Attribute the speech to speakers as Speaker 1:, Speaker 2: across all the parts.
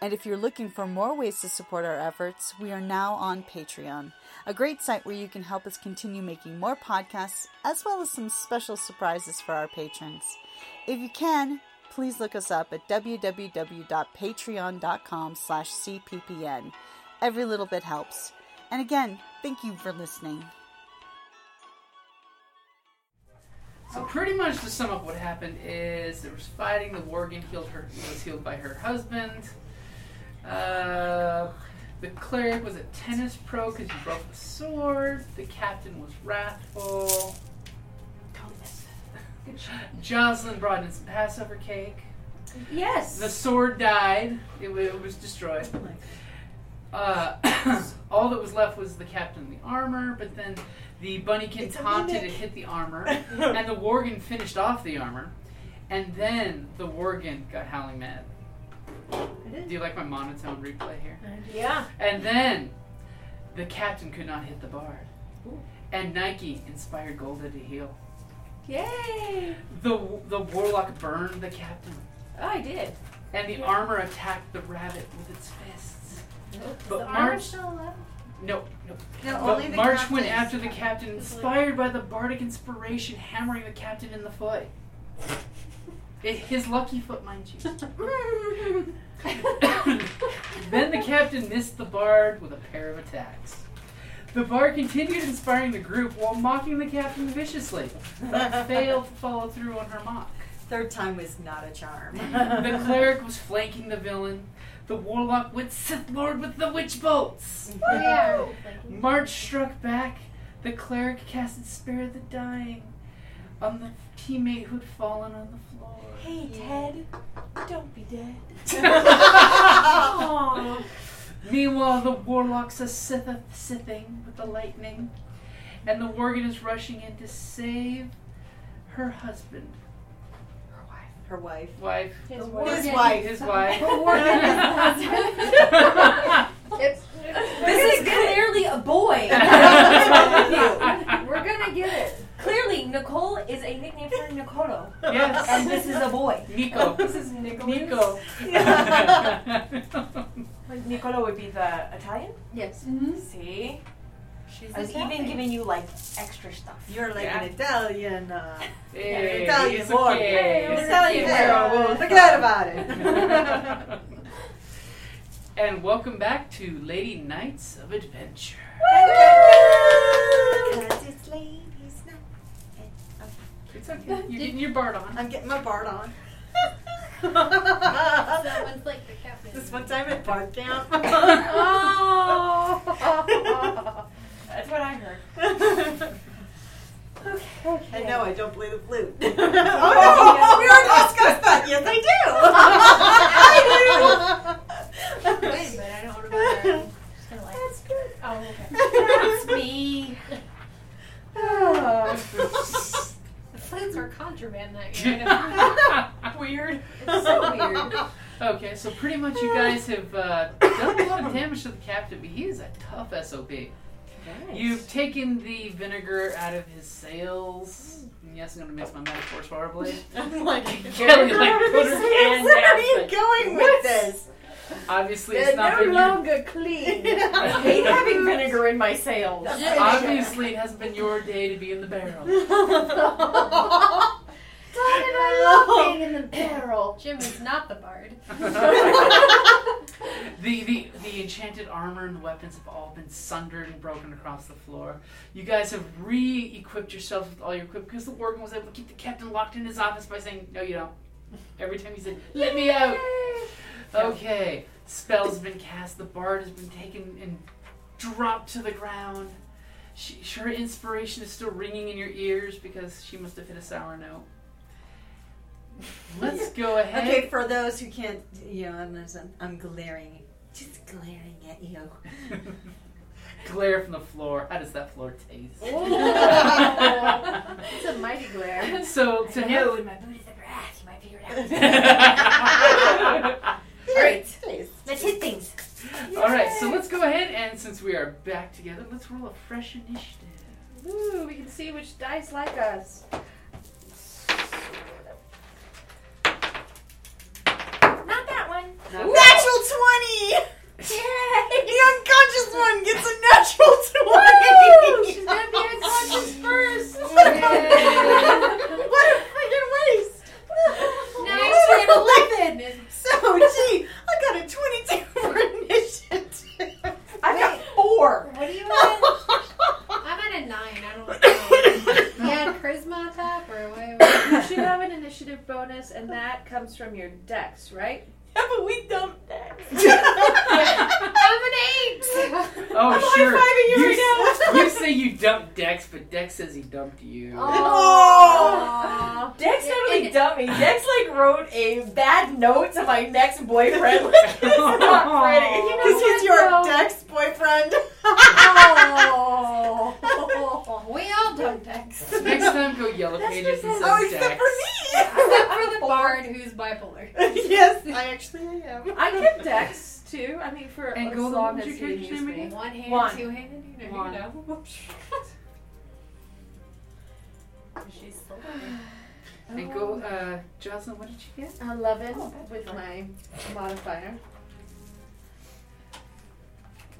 Speaker 1: And if you're looking for more ways to support our efforts, we are now on Patreon, a great site where you can help us continue making more podcasts, as well as some special surprises for our patrons. If you can, please look us up at www.patreon.com slash cppn. Every little bit helps. And again, thank you for listening.
Speaker 2: So pretty much to sum up what happened is there was fighting, the Worgen healed her was healed by her husband. Uh, the cleric was a tennis pro because he broke the sword. The captain was wrathful.
Speaker 3: Don't miss
Speaker 2: Jocelyn brought in some Passover cake.
Speaker 3: it. Yes. Oh
Speaker 2: The sword died. It, wa it was destroyed. Uh, all that was left was the captain and the armor, but then the bunnykin
Speaker 3: It's a
Speaker 2: taunted
Speaker 3: mimic.
Speaker 2: and hit the armor, and the worgen finished off the armor, and then the worgen got howling mad. Do you like my monotone replay here?
Speaker 3: yeah.
Speaker 2: And then the captain could not hit the bard,
Speaker 3: Ooh.
Speaker 2: and Nike inspired Golda to heal.
Speaker 3: Yay.
Speaker 2: The the warlock burned the captain,
Speaker 3: Oh, I did.
Speaker 2: and the armor attacked the rabbit with its fists. But
Speaker 3: the
Speaker 2: Marge-
Speaker 3: armor's still alive?
Speaker 2: No, no,
Speaker 4: No,
Speaker 2: But
Speaker 4: only the
Speaker 2: March
Speaker 4: captains.
Speaker 2: went after the captain, inspired by the bardic inspiration, hammering the captain in the foot. It, his lucky foot, mind you. then the captain missed the bard with a pair of attacks. The bard continued inspiring the group while mocking the captain viciously, but failed to follow through on her mock.
Speaker 4: Third time was not a charm.
Speaker 2: The cleric was flanking the villain. The warlock went Sith Lord with the witch bolts.
Speaker 3: Yeah.
Speaker 2: March struck back. The cleric casted Spare the Dying on the teammate who'd fallen on the floor.
Speaker 3: Hey, Ted. Don't be dead.
Speaker 2: Meanwhile, the warlock's a Sitheth Sithing with the lightning, and the worgen is rushing in to save her husband. Her wife.
Speaker 4: Her wife.
Speaker 2: Wife.
Speaker 3: His
Speaker 4: His
Speaker 3: worgen.
Speaker 4: wife.
Speaker 2: His wife.
Speaker 5: It's,
Speaker 3: This is clearly a boy.
Speaker 5: we're gonna get it.
Speaker 3: clearly, Nicole is a nickname for Nicolo, and
Speaker 2: yes.
Speaker 3: this is a boy.
Speaker 2: Nico.
Speaker 3: This is Nicholas.
Speaker 2: Nico.
Speaker 6: Like Niccolo would be the Italian.
Speaker 5: Yes.
Speaker 3: Mm-hmm.
Speaker 6: See,
Speaker 5: She's
Speaker 6: I was even giving you like extra stuff.
Speaker 4: You're like
Speaker 2: Yeah.
Speaker 4: an Italian. Uh,
Speaker 2: hey,
Speaker 4: Italian
Speaker 2: it's
Speaker 4: boy.
Speaker 2: okay.
Speaker 3: Hey,
Speaker 2: It's
Speaker 3: Italian
Speaker 2: okay.
Speaker 3: girl.
Speaker 4: Forget about it.
Speaker 2: and welcome back to Lady Knights of Adventure. It's okay. You're getting your bard on.
Speaker 4: I'm getting my Bard on.
Speaker 5: That one's like the captain.
Speaker 4: this one time at Bard Camp.
Speaker 6: Oh, that's what I heard.
Speaker 4: And no, I don't play the flute. oh, no, we already discussed that. Yes, I do. I do.
Speaker 5: Wait, but I don't want to bother. I'm just gonna like.
Speaker 6: That's good.
Speaker 5: Oh,
Speaker 6: That's me.
Speaker 5: okay. Ah. The flutes were contraband that year.
Speaker 6: Weird.
Speaker 5: It's so weird.
Speaker 2: okay, so pretty much you guys have uh, done a lot of damage to the captain, but he is a tough SOB. You've taken the vinegar out of his sails. And yes, I'm going to miss my metaphors horribly.
Speaker 4: I'm like,
Speaker 2: Kelly, like, put her hand
Speaker 4: where
Speaker 2: down.
Speaker 4: are you going with this?
Speaker 2: Obviously,
Speaker 5: They're
Speaker 2: it's not
Speaker 5: no
Speaker 2: been your
Speaker 5: longer clean.
Speaker 6: I hate having vinegar in my sails.
Speaker 5: Yeah.
Speaker 2: Obviously, it hasn't been your day to be in the barrel.
Speaker 5: I love being in the barrel. Jim is not the bard.
Speaker 2: The, the, the enchanted armor and weapons have all been sundered and broken across the floor. You guys have re equipped yourselves with all your equipment because the Worgen was able to keep the captain locked in his office by saying, No, you don't. Every time he said, Let me out. Okay, spells have been cast. The bard has been taken and dropped to the ground. She, her inspiration is still ringing in your ears because she must have hit a sour note. Let's go ahead.
Speaker 1: Okay, for those who can't, you know, I'm, I'm glaring, just glaring at you.
Speaker 2: Glare from the floor. How does that floor taste?
Speaker 5: Oh. It's a mighty glare.
Speaker 2: So to have
Speaker 7: when my boot is the grass, you might figure it out.
Speaker 2: All
Speaker 1: Great.
Speaker 7: Let's hit things.
Speaker 2: right, so let's go ahead and since we are back together, let's roll a fresh initiative.
Speaker 5: Ooh, we can see which dice like us.
Speaker 7: Not that one.
Speaker 8: Natural 20! The unconscious one gets a
Speaker 3: Oh,
Speaker 8: natural 20!
Speaker 5: She's gonna be unconscious first.
Speaker 8: what a freaking waste!
Speaker 5: Now you're an eleven.
Speaker 8: So, gee, I got a 22 for initiative.
Speaker 1: I got four.
Speaker 5: What do you want? I'm at a nine. I don't know. you had charisma on top or what?
Speaker 3: You should have an initiative bonus, and that comes from your dex, right?
Speaker 1: Yeah, but we dumped that.
Speaker 5: I'm an eight.
Speaker 2: Oh sure.
Speaker 1: high-fiving you right
Speaker 2: s- you say you dumped Dex, but Dex says he dumped you.
Speaker 5: Oh.
Speaker 1: Dex totally dumped me. Dex like wrote a bad note to my next boyfriend. Like, it's not pretty.
Speaker 2: You know
Speaker 1: Because he's
Speaker 5: what,
Speaker 1: your
Speaker 5: though?
Speaker 1: Dex boyfriend.
Speaker 5: Oh. We all done decks.
Speaker 2: Next time, go yellow pages and
Speaker 1: oh,
Speaker 2: send
Speaker 1: except
Speaker 2: Dex.
Speaker 1: for
Speaker 5: Except for the bard who's bipolar.
Speaker 1: me. yes, I actually am.
Speaker 3: I get dex too. I mean, for
Speaker 2: And
Speaker 3: as
Speaker 2: Golden,
Speaker 3: long
Speaker 2: what's
Speaker 3: as
Speaker 2: your
Speaker 3: you
Speaker 2: character's
Speaker 3: use
Speaker 2: name
Speaker 3: me.
Speaker 2: again?
Speaker 5: One handed,
Speaker 2: One.
Speaker 5: two handed, you never
Speaker 2: One.
Speaker 5: know.
Speaker 7: She's
Speaker 2: And
Speaker 1: Oh.
Speaker 2: go, uh, Jocelyn, what did you get?
Speaker 3: Eleven with my modifier.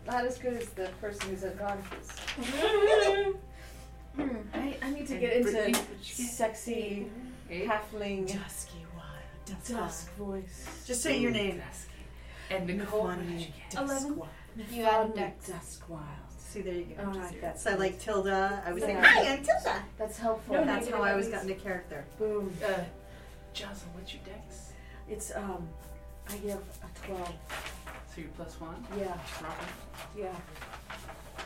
Speaker 3: Not as good as the person who's unconscious. I, I need to
Speaker 2: And
Speaker 3: get into
Speaker 2: Brittany, what'd you get?
Speaker 3: sexy
Speaker 2: Eight.
Speaker 3: halfling
Speaker 1: Dusky wild.
Speaker 3: dusk voice.
Speaker 1: Just say your name.
Speaker 2: Dusk. And Nicole, what did you get?
Speaker 1: Dusk wild.
Speaker 5: You added decks.
Speaker 1: Dusk wild. See, there you go.
Speaker 3: All
Speaker 1: Just
Speaker 3: right,
Speaker 1: there.
Speaker 3: that's
Speaker 1: so like Tilda, I was
Speaker 3: Yeah.
Speaker 1: like, hi, I'm Tilda.
Speaker 3: That's helpful.
Speaker 1: No, that's how I always got into character.
Speaker 3: Boom.
Speaker 2: Uh, Jocelyn, what's your Dex?
Speaker 3: It's um, I give a twelve.
Speaker 2: So you're plus one.
Speaker 3: Yeah,
Speaker 2: Robin.
Speaker 3: yeah.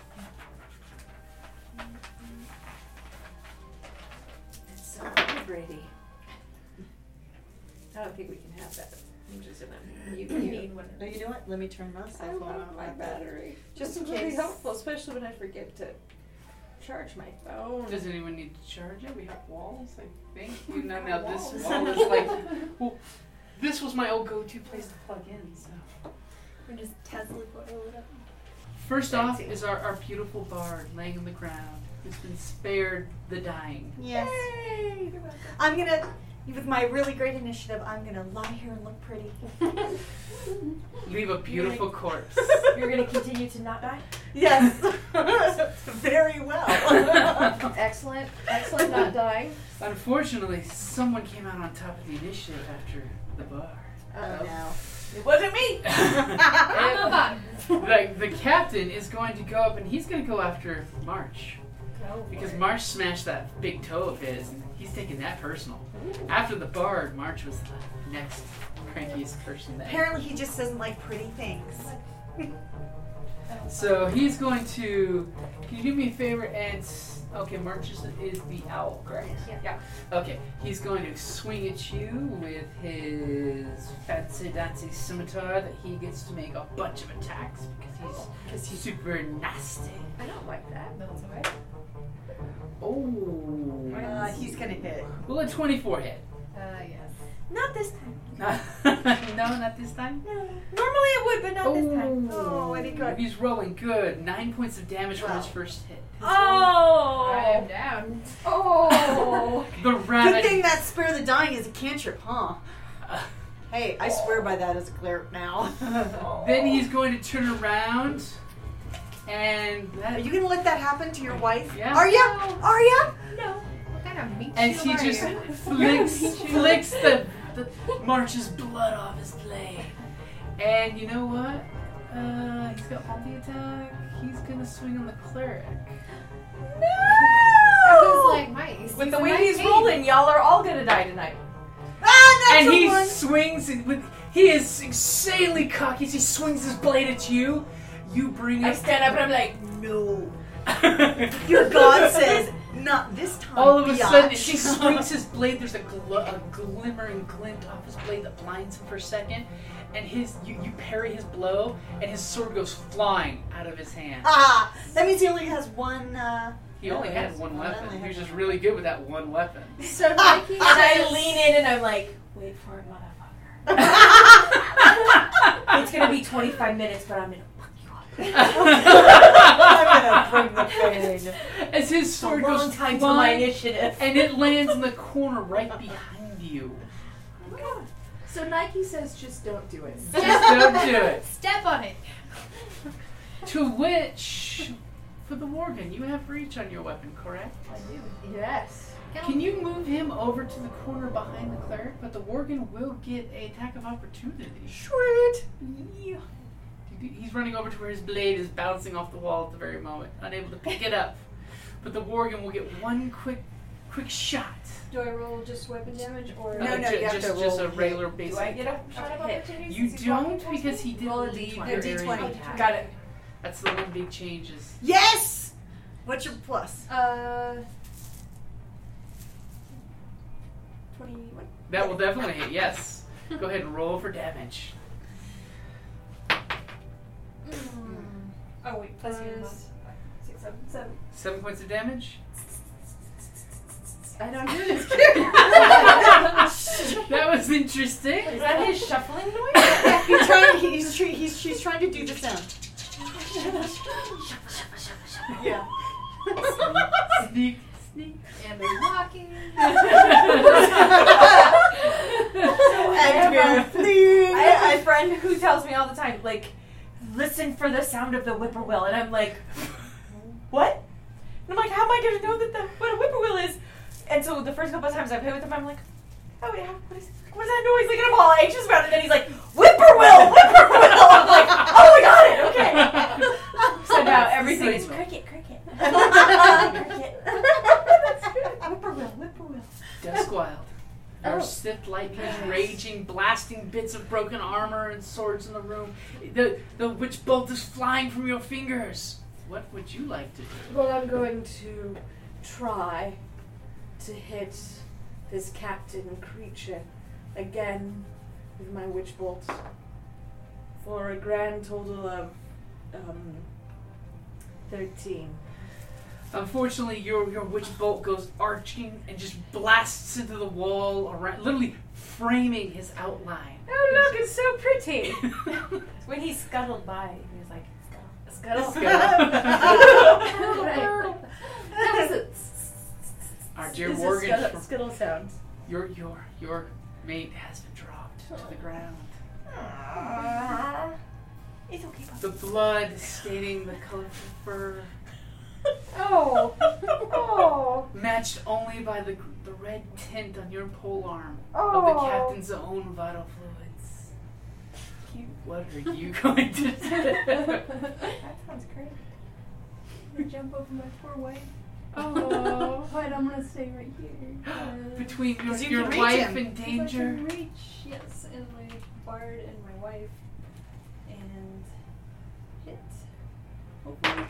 Speaker 3: It's so vibrating. I don't think we can have that. I'm just gonna.
Speaker 5: You can need one.
Speaker 1: No, you know what? Let me turn my
Speaker 3: I
Speaker 1: cell phone
Speaker 3: love
Speaker 1: on
Speaker 3: my
Speaker 1: my battery.
Speaker 3: battery. Just
Speaker 1: in
Speaker 3: really
Speaker 1: case.
Speaker 3: helpful, especially when I forget to charge my phone.
Speaker 2: Does anyone need to charge it? We have walls, I think. You know, now this wall is like, well, this was my old go-to place to plug in. So
Speaker 5: We're just Tesla oil it up.
Speaker 2: first off is our, our beautiful bard laying on the ground, who's been spared the dying.
Speaker 1: Yes. I'm gonna, with my really great initiative, I'm gonna lie here and look pretty.
Speaker 2: Leave a beautiful corpse.
Speaker 7: You're gonna continue to not die?
Speaker 1: Yes. Very well.
Speaker 3: Excellent, excellent not dying.
Speaker 2: Unfortunately, someone came out on top of the initiative after the bar.
Speaker 1: oh no.
Speaker 7: It wasn't me!
Speaker 5: I'm a bot.
Speaker 2: Like the captain is going to go up and he's going to go after March. Because March smashed that big toe of his, and he's taking that personal. After the bard, March was the next crankiest person there.
Speaker 1: Apparently, he just doesn't like pretty things.
Speaker 2: So he's going to. Can you do me a favor and. s- Okay, March is, is the owl, correct?
Speaker 5: Yeah.
Speaker 2: Okay, he's going to swing at you with his fancy dancy scimitar that he gets to make a bunch of attacks because he's, super nasty.
Speaker 3: I don't like that.
Speaker 5: That's okay.
Speaker 2: Oh.
Speaker 1: Uh, he's gonna hit.
Speaker 2: Well, a 24 hit.
Speaker 5: Uh, yes.
Speaker 1: Not this time.
Speaker 2: no, not this time.
Speaker 1: No. Normally it would, but not this time. Oh, and he got.
Speaker 2: He's rolling good. Nine points of damage from his
Speaker 1: Wow.
Speaker 2: first hit.
Speaker 5: I
Speaker 1: Oh.
Speaker 5: am down.
Speaker 1: Oh.
Speaker 2: The rat.
Speaker 1: Good thing that spare the dying is a cantrip, huh?
Speaker 2: Uh,
Speaker 1: Hey, I swear by that as a cleric now.
Speaker 2: Then he's going to turn around, and
Speaker 1: Are
Speaker 2: that
Speaker 1: you gonna let that happen to your wife?
Speaker 2: Yeah.
Speaker 1: Are ya? Are ya?
Speaker 5: Okay.
Speaker 9: gonna meet
Speaker 2: and
Speaker 9: you
Speaker 2: he
Speaker 9: where
Speaker 2: just
Speaker 9: you-
Speaker 2: flicks flicks the, the March's blood off his blade. And you know what? Uh, he's got multi attack. He's gonna swing on the cleric.
Speaker 9: I was like, my
Speaker 3: With the way he's rolling, y'all are all gonna die tonight.
Speaker 1: Ah,
Speaker 2: and he swings it with. He is insanely cocky. He swings his blade at you. You bring
Speaker 3: I
Speaker 2: it.
Speaker 3: stand up and I'm like,
Speaker 1: No. Your god says, not this time.
Speaker 2: All of a sudden,
Speaker 1: biatch."
Speaker 2: she swings his blade. There's a, gl- a glimmering glint off his blade that blinds him for a second, and his you, you parry his blow, and his sword goes flying out of his hand.
Speaker 1: Ah, that means he only has one. Uh,
Speaker 2: He only
Speaker 1: Oh,
Speaker 2: had
Speaker 1: yes.
Speaker 2: one
Speaker 1: Oh, I
Speaker 2: weapon.
Speaker 1: only
Speaker 2: He
Speaker 1: had
Speaker 2: was just really good with that one weapon.
Speaker 9: So Mikey
Speaker 3: and I
Speaker 9: says-
Speaker 3: lean in and I'm like, wait for it, motherfucker. It's gonna be 25 minutes, but I'm gonna fuck you up.
Speaker 1: I'm gonna bring the pain.
Speaker 2: As his
Speaker 3: It's a
Speaker 2: sword
Speaker 3: long
Speaker 2: goes flying,
Speaker 3: time to my initiative.
Speaker 2: and it lands in the corner right behind you.
Speaker 4: So Nike says just don't do it.
Speaker 2: Just don't do it.
Speaker 9: Step on it.
Speaker 2: To which, for the Morgan, you have reach on your weapon, correct?
Speaker 4: Yes.
Speaker 2: Can you move him over to the corner behind the cleric? But the Worgen will get a attack of opportunity.
Speaker 4: Sweet.
Speaker 2: Yeah. He's running over to where his blade is bouncing off the wall at the very moment, unable to pick it up. But the Worgen will get one quick, quick shot.
Speaker 10: Do I roll just weapon damage or
Speaker 1: No,
Speaker 2: Uh,
Speaker 1: no,
Speaker 2: ju-
Speaker 1: you have
Speaker 2: just,
Speaker 1: to
Speaker 2: just
Speaker 1: roll
Speaker 2: a regular
Speaker 3: Do
Speaker 2: basic.
Speaker 3: I get a shot of opportunity?
Speaker 2: you
Speaker 3: since he's walking
Speaker 2: don't
Speaker 3: towards
Speaker 2: because
Speaker 3: me?
Speaker 2: he didn't
Speaker 4: Roll a
Speaker 2: leave
Speaker 4: D20.
Speaker 2: your
Speaker 1: No, D20.
Speaker 2: area.
Speaker 1: he-
Speaker 3: Got it.
Speaker 2: That's the one big change is
Speaker 1: Yes! What's your plus?
Speaker 10: uh twenty-one?
Speaker 2: that will definitely hit. Yes. Go ahead and roll for damage.
Speaker 10: Oh wait, plus
Speaker 4: Uh,
Speaker 10: your
Speaker 4: s-
Speaker 10: plus six, seven, seven.
Speaker 2: Seven points of damage.
Speaker 4: I don't do this.
Speaker 2: That was interesting.
Speaker 3: Is that his shuffling noise?
Speaker 1: he's trying, he's, tr- he's, she's trying to do the sound. Yeah.
Speaker 2: Sneak.
Speaker 9: And they're walking.
Speaker 4: Oh
Speaker 1: And we're
Speaker 3: I have a friend who tells me all the time, like, listen for the sound of the whippoorwill, and I'm like, what? And I'm like, how am I going to know that the what a whippoorwill is? And so the first couple of times I play with him, I'm like, oh yeah, what is what's that noise? Like, and I'm all anxious about it. And then he's like, whippoorwill, whippoorwill. I'm like, oh, I got it. Okay. So now everything is cricket, cricket, cricket. whippoorwill, whippoorwill.
Speaker 2: Duskwild. Your
Speaker 4: Oh.
Speaker 2: sith light is raging, blasting bits of broken armor and swords in the room. The the witch bolt is flying from your fingers. What would you like to do?
Speaker 10: Well, I'm going to try to hit this captain creature again with my witch bolt for a grand total of um, 13.
Speaker 2: Unfortunately, your your witch bolt goes arching and just blasts into the wall around, literally framing his outline.
Speaker 3: Oh look, it's so pretty. When he scuttled by, he was like, scuttle, scuttle.
Speaker 9: that was a
Speaker 2: Our dear
Speaker 10: This is
Speaker 2: Morgan,
Speaker 10: skittle, skittle sound.
Speaker 2: your your your mate has been dropped to the ground.
Speaker 3: It's okay.
Speaker 2: The blood staining the colorful fur.
Speaker 10: Oh, oh,
Speaker 2: matched only by the, the red tint on your polearm of the
Speaker 10: Oh.
Speaker 2: captain's own vital fluids. What are you going to do?
Speaker 3: That sounds great.
Speaker 9: jump over my poor wife.
Speaker 10: oh.
Speaker 9: But I'm gonna stay right here. Uh,
Speaker 2: Between your,
Speaker 1: you
Speaker 2: your
Speaker 1: can reach
Speaker 2: life
Speaker 1: him.
Speaker 2: and
Speaker 9: If I
Speaker 2: danger.
Speaker 9: can reach, yes, and my bard and my wife, and hit. Hopefully,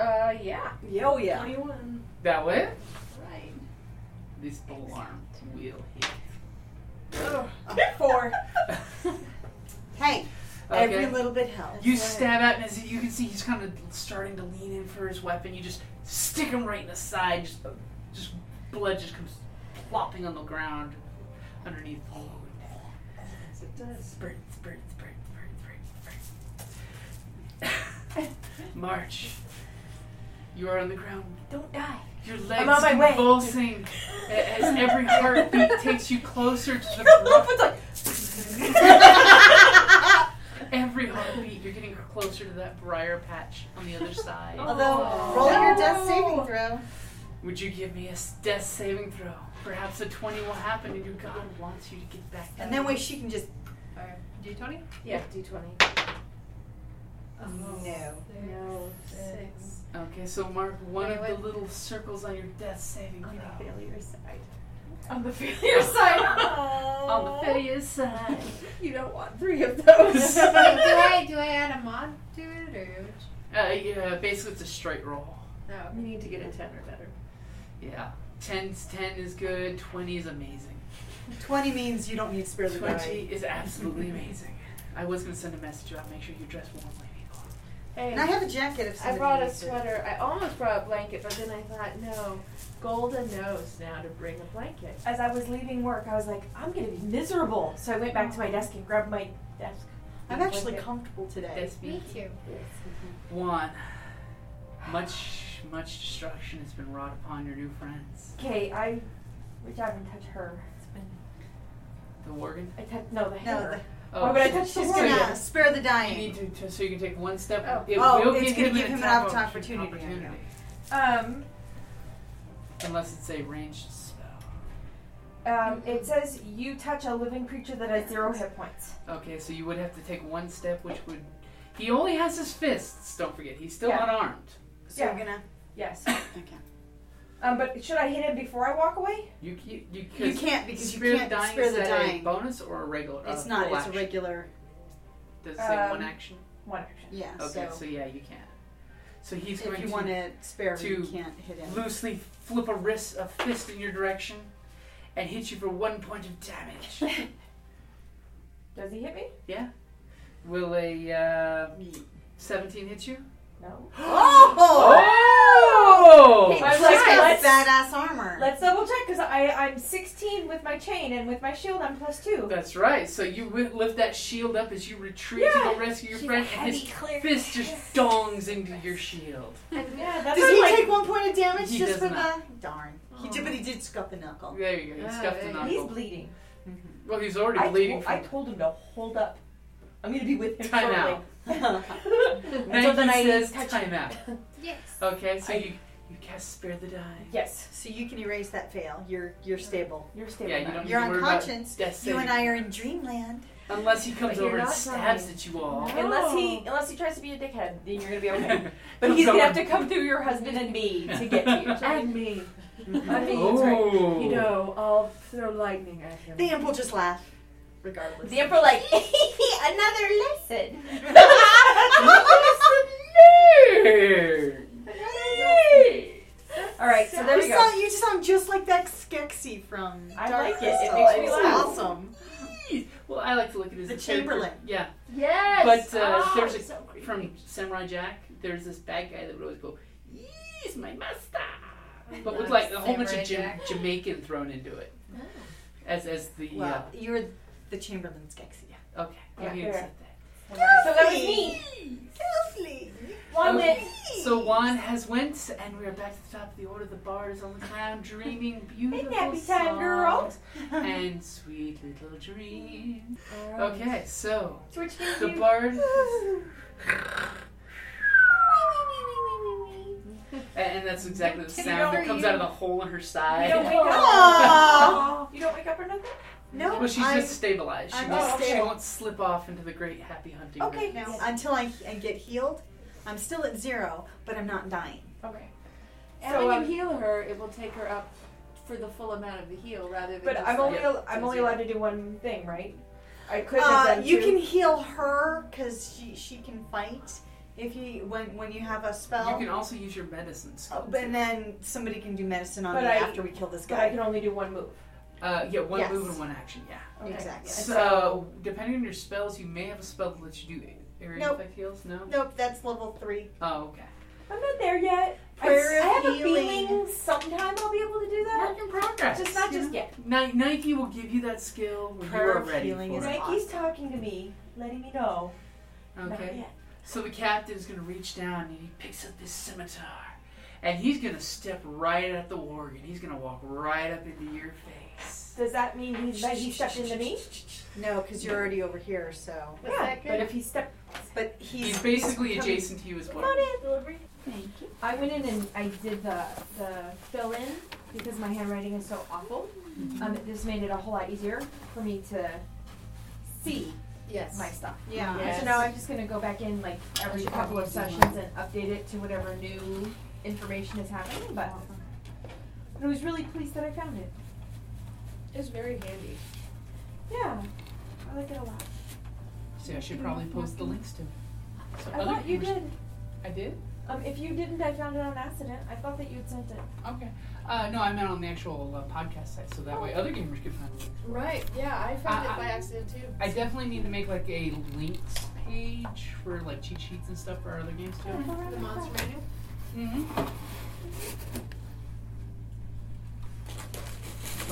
Speaker 10: Uh, yeah.
Speaker 1: Oh, yeah.
Speaker 9: 21.
Speaker 2: That way?
Speaker 9: Right.
Speaker 2: This polearm will hit.
Speaker 1: Four. Hey, every
Speaker 2: Okay.
Speaker 1: little bit helps.
Speaker 2: You stab at him as you can see he's kind of starting to lean in for his weapon. You just stick him right in the side. Just, uh, just blood just comes plopping on the ground underneath.
Speaker 10: Yes, it does.
Speaker 2: Burn, burn, burn, burn, burn, burn. March. You are on the ground.
Speaker 3: Don't die.
Speaker 2: Your
Speaker 3: I'm
Speaker 2: legs
Speaker 3: on my way.
Speaker 2: convulsing a- as every heartbeat takes you closer to the
Speaker 3: It's
Speaker 2: bro-
Speaker 3: like,
Speaker 2: every heartbeat you're getting
Speaker 4: Oh.
Speaker 2: closer to that briar patch on the other side.
Speaker 10: Oh.
Speaker 1: Although, roll your death saving throw.
Speaker 2: Would you give me a s- death saving throw? Perhaps a 20 will happen and your god wants you to get back
Speaker 4: And then we, she can just.
Speaker 9: Alright, D20?
Speaker 3: Yeah, d20.
Speaker 4: No.
Speaker 3: No.
Speaker 9: Six.
Speaker 2: Okay, so mark one of
Speaker 9: Wait,
Speaker 2: the
Speaker 9: wait.
Speaker 2: little circles on your death saving
Speaker 3: On the
Speaker 2: throw.
Speaker 3: failure side. On the failure side.
Speaker 2: On the failure side.
Speaker 4: You don't want three of those.
Speaker 9: Oh, do I do I add a mod to it or?
Speaker 2: Uh, yeah, basically it's a straight roll.
Speaker 9: No.
Speaker 3: You need to get a 10 or better.
Speaker 2: Yeah. 10, 10 is good, 20 is amazing.
Speaker 4: 20 means you don't need spare the
Speaker 2: 20
Speaker 4: dying.
Speaker 2: is absolutely amazing. I was going to send a message about make sure you dress warmly, people.
Speaker 3: Hey,
Speaker 1: And I have a jacket if
Speaker 3: I
Speaker 1: somebody
Speaker 3: brought a
Speaker 1: needs it.
Speaker 3: sweater. I almost brought a blanket, but then I thought, no, Golden knows now to bring a blanket. As I was leaving work, I was like, I'm going to be miserable. So I went back to my desk and grabbed my desk.
Speaker 1: I'm actually comfortable today.
Speaker 2: That's
Speaker 9: Me too.
Speaker 2: One. Much, much destruction has been wrought upon your new friends.
Speaker 3: Okay, I reach out and touch her. It's been.
Speaker 2: The Worgen.
Speaker 3: I touch. No, the
Speaker 1: No,
Speaker 3: hair.
Speaker 2: Oh,
Speaker 3: Why would I
Speaker 2: so-
Speaker 3: touch the
Speaker 1: She's
Speaker 2: so
Speaker 3: hair?
Speaker 1: gonna spare the
Speaker 2: You
Speaker 1: dying.
Speaker 2: need to, to- so you can take one step.
Speaker 3: Oh.
Speaker 2: It
Speaker 1: Oh,
Speaker 2: will
Speaker 1: it's
Speaker 2: give
Speaker 1: gonna
Speaker 2: him
Speaker 1: give
Speaker 2: an
Speaker 1: him an
Speaker 2: attack
Speaker 1: opt-
Speaker 2: option-
Speaker 1: opportunity, I know.
Speaker 2: opportunity.
Speaker 3: Um,
Speaker 2: Unless it's a ranged spell.
Speaker 3: um, it says you touch a living creature that has zero hit points.
Speaker 2: Okay, so you would have to take one step, which would. He only has his fists, don't forget. He's still
Speaker 3: Yeah.
Speaker 2: unarmed.
Speaker 1: So
Speaker 3: Yeah.
Speaker 1: we're gonna.
Speaker 3: Yes.
Speaker 1: Okay.
Speaker 3: Um, but should I hit him before I walk away?
Speaker 2: You, you, you,
Speaker 1: You
Speaker 2: cause
Speaker 1: can't because you
Speaker 2: spare
Speaker 1: can't
Speaker 2: the dying,
Speaker 1: spare
Speaker 2: is
Speaker 1: the
Speaker 2: that a
Speaker 1: dying.
Speaker 2: bonus or a regular?
Speaker 1: It's
Speaker 2: uh,
Speaker 1: not.
Speaker 2: full
Speaker 1: It's a
Speaker 2: action?
Speaker 1: regular.
Speaker 2: Does it say one
Speaker 3: Um,
Speaker 2: action?
Speaker 3: One action.
Speaker 1: Yeah.
Speaker 2: Okay, so,
Speaker 1: so
Speaker 2: yeah, you can. So he's
Speaker 1: if
Speaker 2: going
Speaker 1: you
Speaker 2: to
Speaker 1: want to spare, her, you
Speaker 2: to
Speaker 1: can't hit him.
Speaker 2: loosely flip a wrist, a fist in your direction, and hit you for one point of damage.
Speaker 3: Does he hit me?
Speaker 2: Will a uh,
Speaker 1: Ye-
Speaker 2: 17 hit you?
Speaker 3: No.
Speaker 1: Oh!
Speaker 2: Oh!
Speaker 3: I was
Speaker 1: She's
Speaker 3: like,
Speaker 1: got
Speaker 3: let's-
Speaker 1: badass armor.
Speaker 3: Let's double check because I I'm 16 with my chain and with my shield I'm plus two.
Speaker 2: That's right. So you wi- lift that shield up as you retreat to
Speaker 3: Yeah.
Speaker 2: go rescue your friend, and his
Speaker 3: clear.
Speaker 2: fist just dongs into your shield.
Speaker 3: Yeah,
Speaker 1: Does
Speaker 3: that's what I'm
Speaker 1: he
Speaker 3: like.
Speaker 1: take one point of damage
Speaker 2: He
Speaker 1: just
Speaker 2: does
Speaker 1: for
Speaker 2: not.
Speaker 1: the? Darn. He did, but he did scuff a knuckle.
Speaker 2: There you go. You
Speaker 9: Oh,
Speaker 2: scuffed
Speaker 9: there
Speaker 2: an
Speaker 9: you go.
Speaker 2: knuckle.
Speaker 3: He's bleeding.
Speaker 2: well, he's already
Speaker 3: I,
Speaker 2: bleeding.
Speaker 3: told, I told him to hold up. I'm gonna be with him
Speaker 2: Time
Speaker 3: shortly.
Speaker 2: out.
Speaker 3: And
Speaker 2: Nike
Speaker 3: so then I
Speaker 2: says
Speaker 3: touch
Speaker 2: time out.
Speaker 9: Yes.
Speaker 2: Okay, so
Speaker 3: I-
Speaker 2: you you cast spare the dying.
Speaker 3: Yes,
Speaker 1: so you can erase that fail. You're you're stable.
Speaker 3: you're stable.
Speaker 2: Yeah, you
Speaker 3: now.
Speaker 2: don't
Speaker 1: You're
Speaker 2: need to worry
Speaker 1: unconscious.
Speaker 2: about death
Speaker 1: You
Speaker 2: saving.
Speaker 1: and I are in dreamland.
Speaker 2: Unless he comes
Speaker 3: But you're
Speaker 2: over and
Speaker 3: not
Speaker 2: stabs
Speaker 3: dying.
Speaker 2: at you all.
Speaker 3: Unless he
Speaker 1: Oh.
Speaker 3: unless he tries to be a dickhead, then you're gonna be okay. But
Speaker 2: Comes
Speaker 3: he's gonna
Speaker 2: over.
Speaker 3: have to come through your husband and me to get to you.
Speaker 10: And me. I mean,
Speaker 2: Oh.
Speaker 10: you know, I'll throw lightning at him.
Speaker 1: The imp will just laugh, regardless.
Speaker 3: The emperor like another lesson. All right, so there
Speaker 1: you
Speaker 3: we go.
Speaker 1: sound, you sound just like that Skeksis from
Speaker 3: I
Speaker 1: Dark
Speaker 3: like it. It
Speaker 1: Crystal.
Speaker 3: makes me
Speaker 1: It's
Speaker 3: laugh.
Speaker 1: awesome.
Speaker 2: Well, I like to look at his
Speaker 1: The Chamberlain.
Speaker 2: Yeah,
Speaker 3: Yes. Oh, Ah,
Speaker 2: but uh, there's a,
Speaker 3: so creepy.
Speaker 2: from Samurai Jack. There's this bad guy that would always go, "Yes, my master," but with like a whole bunch
Speaker 9: Samurai
Speaker 2: of Jam-
Speaker 9: Jack.
Speaker 2: Jamaican thrown into it,
Speaker 9: Oh.
Speaker 2: as as the
Speaker 1: Well, you're the Chamberlain Skeksis.
Speaker 2: uh, okay.
Speaker 3: Yeah.
Speaker 2: Yeah, you
Speaker 3: Yeah.
Speaker 2: accept that.
Speaker 3: so that was me.
Speaker 1: Kelsey.
Speaker 3: One
Speaker 2: Okay.
Speaker 3: win.
Speaker 2: So Juan has went, and we are back to the top of the order. The bar is on the ground, dreaming beautiful
Speaker 3: nappy time, girl.
Speaker 2: songs and sweet little dreams. Okay, so
Speaker 3: So which means
Speaker 2: the
Speaker 3: you-
Speaker 2: bard, and and that's exactly the
Speaker 9: Can you
Speaker 2: sound that
Speaker 9: go-
Speaker 2: comes out of the hole in her
Speaker 3: you don't
Speaker 2: side.
Speaker 3: wake
Speaker 1: Aw.
Speaker 3: up. You don't wake up or nothing.
Speaker 1: No,
Speaker 2: Well, she's
Speaker 1: I'm-
Speaker 2: just stabilized. She,
Speaker 1: I'm
Speaker 2: won't-
Speaker 1: just
Speaker 2: she
Speaker 1: stable.
Speaker 2: won't slip off into the great happy hunting.
Speaker 3: Okay.
Speaker 2: ground.
Speaker 1: No, until I, I get healed, I'm still at zero, but I'm not dying.
Speaker 3: Okay.
Speaker 9: And
Speaker 3: So, um,
Speaker 9: when you heal her, it will take her up for the full amount of the heal rather than
Speaker 3: But
Speaker 9: just
Speaker 3: I'm
Speaker 9: like,
Speaker 3: only al- I'm
Speaker 9: so
Speaker 3: only
Speaker 9: zero.
Speaker 3: allowed to do one thing, right? I couldn't have
Speaker 1: Uh,
Speaker 3: done
Speaker 1: you
Speaker 3: two.
Speaker 1: can heal her because she, she can fight if you when when you have a spell.
Speaker 2: You can also use your medicine
Speaker 1: Uh,
Speaker 2: skill.
Speaker 1: but- and then somebody can do medicine on
Speaker 3: But
Speaker 1: me
Speaker 3: I-
Speaker 1: after we kill this
Speaker 3: But I
Speaker 1: guy.
Speaker 3: can only do one move.
Speaker 2: Uh, yeah, one
Speaker 1: Yes.
Speaker 2: move and one action. Yeah.
Speaker 3: Okay.
Speaker 1: Exactly.
Speaker 2: So depending on your spells, you may have a spell that lets you do area
Speaker 1: Nope.
Speaker 2: effect heals. No.
Speaker 1: Nope, that's level three.
Speaker 2: Oh, okay.
Speaker 3: I'm not there yet. I,
Speaker 1: Prayer
Speaker 3: s- I have
Speaker 1: healing.
Speaker 3: a feeling sometime I'll be able to do that.
Speaker 2: Work in progress.
Speaker 3: Just not just yet.
Speaker 2: Ni- Nike will give you that skill when
Speaker 1: Prayer
Speaker 2: you are
Speaker 1: of
Speaker 2: ready
Speaker 1: healing
Speaker 2: for
Speaker 1: is
Speaker 2: it.
Speaker 3: Nike's
Speaker 1: awesome.
Speaker 3: talking to me, letting me know. Not
Speaker 2: Okay.
Speaker 3: yet.
Speaker 2: So the captain is gonna reach down and he picks up this scimitar, and he's gonna step right at the warg and he's gonna walk right up into your face.
Speaker 3: Does that mean he's, that he stepped into me?
Speaker 1: No, because you're already over here, so.
Speaker 9: Was that good?
Speaker 3: But if he stepped,
Speaker 4: but he's,
Speaker 2: He's basically
Speaker 4: becoming-
Speaker 2: adjacent to you as well.
Speaker 10: I went in and I did the the fill in because my handwriting is so awful.
Speaker 3: Mm-hmm.
Speaker 10: Um, this made it a whole lot easier for me to see
Speaker 4: Yes.
Speaker 10: my stuff.
Speaker 4: yeah.
Speaker 10: So now I'm just gonna go back in like every couple of sessions and update it to whatever new information is happening. But, but I was really pleased that I found it.
Speaker 9: It's very handy.
Speaker 10: Yeah, I like it a lot.
Speaker 2: So I should probably post the links to. it. So
Speaker 10: I
Speaker 2: other
Speaker 10: thought you
Speaker 2: people-
Speaker 10: did.
Speaker 2: I did.
Speaker 10: Um, if you didn't, I found it on accident. I thought that you had sent it.
Speaker 2: Okay. Uh, no, I meant on the actual uh, podcast site, so that way other gamers could find the links.
Speaker 9: Right, yeah, I found
Speaker 2: I-
Speaker 9: it by
Speaker 2: I-
Speaker 9: accident too.
Speaker 2: I definitely need to make like a links page for like cheat sheets and stuff for our other games too.
Speaker 9: The monster manual.
Speaker 2: Mm-hmm.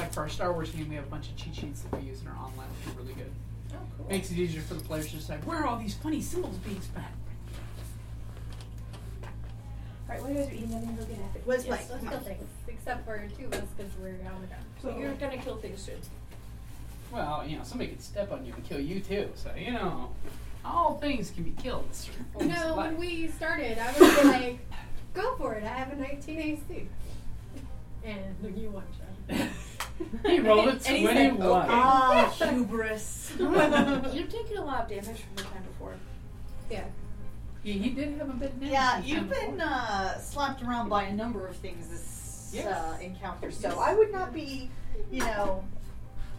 Speaker 2: Like for our Star Wars game, we have a bunch of cheat sheets that we use in our online, which are really good.
Speaker 9: Oh, cool.
Speaker 2: Makes it easier for the players to decide where are all these funny symbols being spent.
Speaker 10: Alright, what you guys are eating, I'm gonna go get it.
Speaker 4: Where's
Speaker 9: Yes,
Speaker 4: Mike?
Speaker 9: let's kill things. Except for two of us because we're on the ground. So you're gonna kill things soon.
Speaker 2: Well, you know, somebody could step on you and kill you too. So you know, all things can be killed. It's certain forms of
Speaker 9: No,
Speaker 2: life.
Speaker 9: when we started, I was like, go for it. I have a 19 AC. And you one shot.
Speaker 2: he rolled a
Speaker 4: And he said,
Speaker 2: twenty-one.
Speaker 4: Ah, hubris.
Speaker 9: You've taken a lot of damage from the time before. Yeah.
Speaker 2: He, he did have a bit. of damage
Speaker 1: Yeah,
Speaker 2: this
Speaker 1: you've
Speaker 2: time before.
Speaker 1: been uh, slapped around by a number of things this uh,
Speaker 2: Yes.
Speaker 1: encounter, so I would not be, you know,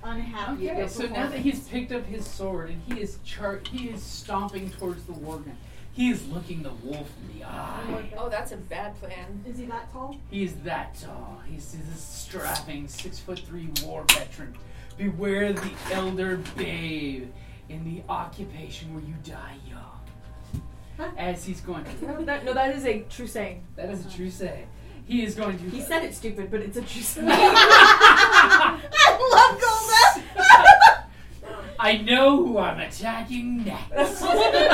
Speaker 1: unhappy. at
Speaker 2: Okay,
Speaker 1: your
Speaker 2: so now that
Speaker 1: performance.
Speaker 2: he's picked up his sword and he is char- he is stomping towards the worgen. He is looking the wolf in the eye.
Speaker 9: Oh, that's a bad plan.
Speaker 10: Is he that tall?
Speaker 2: He is that tall. He's this strapping six foot three war veteran. Beware the elder babe in the occupation where you die young. As he's going to
Speaker 4: That, no, that is a true saying.
Speaker 2: that is a true say. He is going to
Speaker 4: He said it's stupid, but it's a true saying.
Speaker 1: I love Golda.
Speaker 2: I know who I'm attacking next. and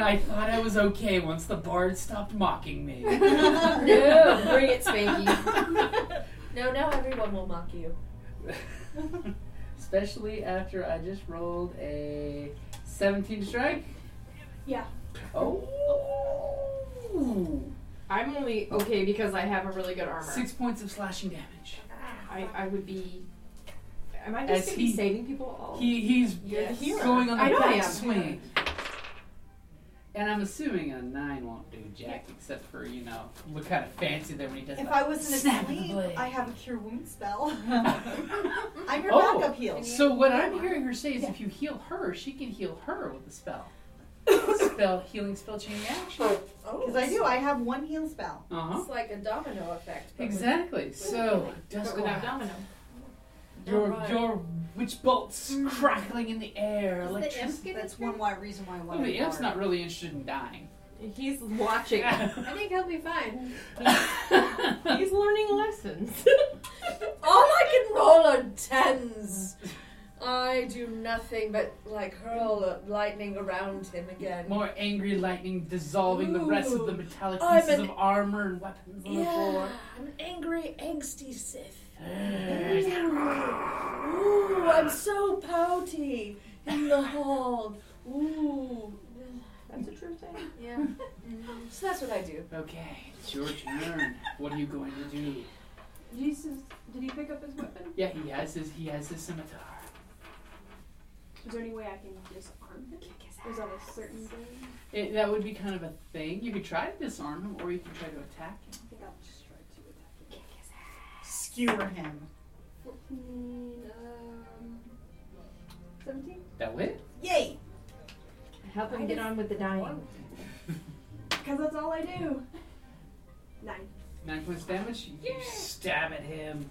Speaker 2: I thought I was okay once the bard stopped mocking me.
Speaker 9: No, bring it, Spanky. No, now everyone will mock you.
Speaker 2: Especially after I just rolled a 17 to strike.
Speaker 10: Yeah.
Speaker 2: Oh.
Speaker 4: I'm only okay because I have a really good armor.
Speaker 2: Six points of slashing damage.
Speaker 4: I, I would be. Am I
Speaker 2: As
Speaker 4: just gonna be
Speaker 2: he-
Speaker 4: saving people all?
Speaker 2: He he's
Speaker 9: Yes.
Speaker 2: going on the
Speaker 4: I know I
Speaker 2: back
Speaker 4: am.
Speaker 2: swing. And I'm assuming a nine won't do jack, except for you know look kind of fancy there when he does.
Speaker 1: If
Speaker 2: that.
Speaker 1: I wasn't
Speaker 2: Snap the
Speaker 1: asleep,
Speaker 2: blade.
Speaker 1: I have a cure wound spell. I'm your
Speaker 2: Oh.
Speaker 1: backup heal.
Speaker 2: So what I'm hearing her say is, if you heal her, she can heal her with the spell. spell healing spell chain reaction.
Speaker 9: Oh,
Speaker 1: Because I do, I have one heal spell.
Speaker 2: Uh huh.
Speaker 9: It's like a domino effect. but with-
Speaker 2: Exactly. So
Speaker 4: But
Speaker 2: just
Speaker 4: without domino.
Speaker 2: your
Speaker 9: Alright.
Speaker 2: your witch bolts crackling in the air.
Speaker 9: Does the imp
Speaker 2: Electricity.
Speaker 9: get
Speaker 1: That's
Speaker 9: it?
Speaker 1: one why reason why I
Speaker 2: Well,
Speaker 1: wanted
Speaker 2: the imp's
Speaker 1: more.
Speaker 2: not really interested in dying.
Speaker 4: He's watching.
Speaker 9: I think he'll be fine.
Speaker 4: He's learning lessons.
Speaker 9: All I can roll are tens. I do nothing but like hurl lightning around him again.
Speaker 2: More angry lightning dissolving the rest of the
Speaker 9: Ooh.
Speaker 2: metallic
Speaker 9: I'm
Speaker 2: pieces
Speaker 9: an-
Speaker 2: of armor and weapons on the floor.
Speaker 9: I'm an angry, angsty Sith.
Speaker 2: Urgh.
Speaker 9: Ooh, I'm so pouty in the hall. Ooh.
Speaker 10: That's a true thing.
Speaker 9: Yeah. So that's what I do.
Speaker 2: okay, it's your turn. what are you going to do?
Speaker 10: Jesus, did he pick up his weapon?
Speaker 2: Yeah, he has his he has his scimitar.
Speaker 10: Is there any way I can disarm him? Is that a certain thing?
Speaker 2: It, that would be kind of a thing. You could try to disarm him, or you could try to attack him.
Speaker 10: I think I'll just try to attack him.
Speaker 1: Skewer him.
Speaker 10: 14, um, 17?
Speaker 2: That would.
Speaker 1: Yay!
Speaker 4: Help him get on with the dying.
Speaker 10: Because that's all I do. Nine.
Speaker 2: Nine points damage. You stab at him,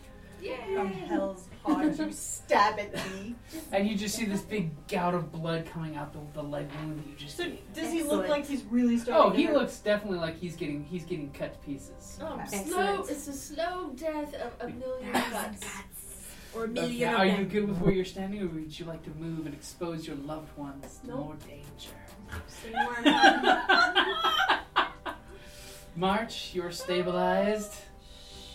Speaker 1: From hell's paws, you stab at me.
Speaker 2: and you just see this big gout of blood coming out the, the leg wound that you just.
Speaker 1: So
Speaker 2: did.
Speaker 1: does he look like he's really
Speaker 2: Oh,
Speaker 1: starting? to
Speaker 2: he
Speaker 1: hurt?
Speaker 2: looks definitely like he's getting he's getting cut to pieces.
Speaker 9: Oh,
Speaker 1: Excellent.
Speaker 9: slow. It's a slow death of a million cuts. Or a
Speaker 2: Okay,
Speaker 9: million
Speaker 2: are
Speaker 9: of
Speaker 2: you
Speaker 9: them.
Speaker 2: good with where you're standing, or would you like to move and expose your loved ones to more danger? March, you're stabilized.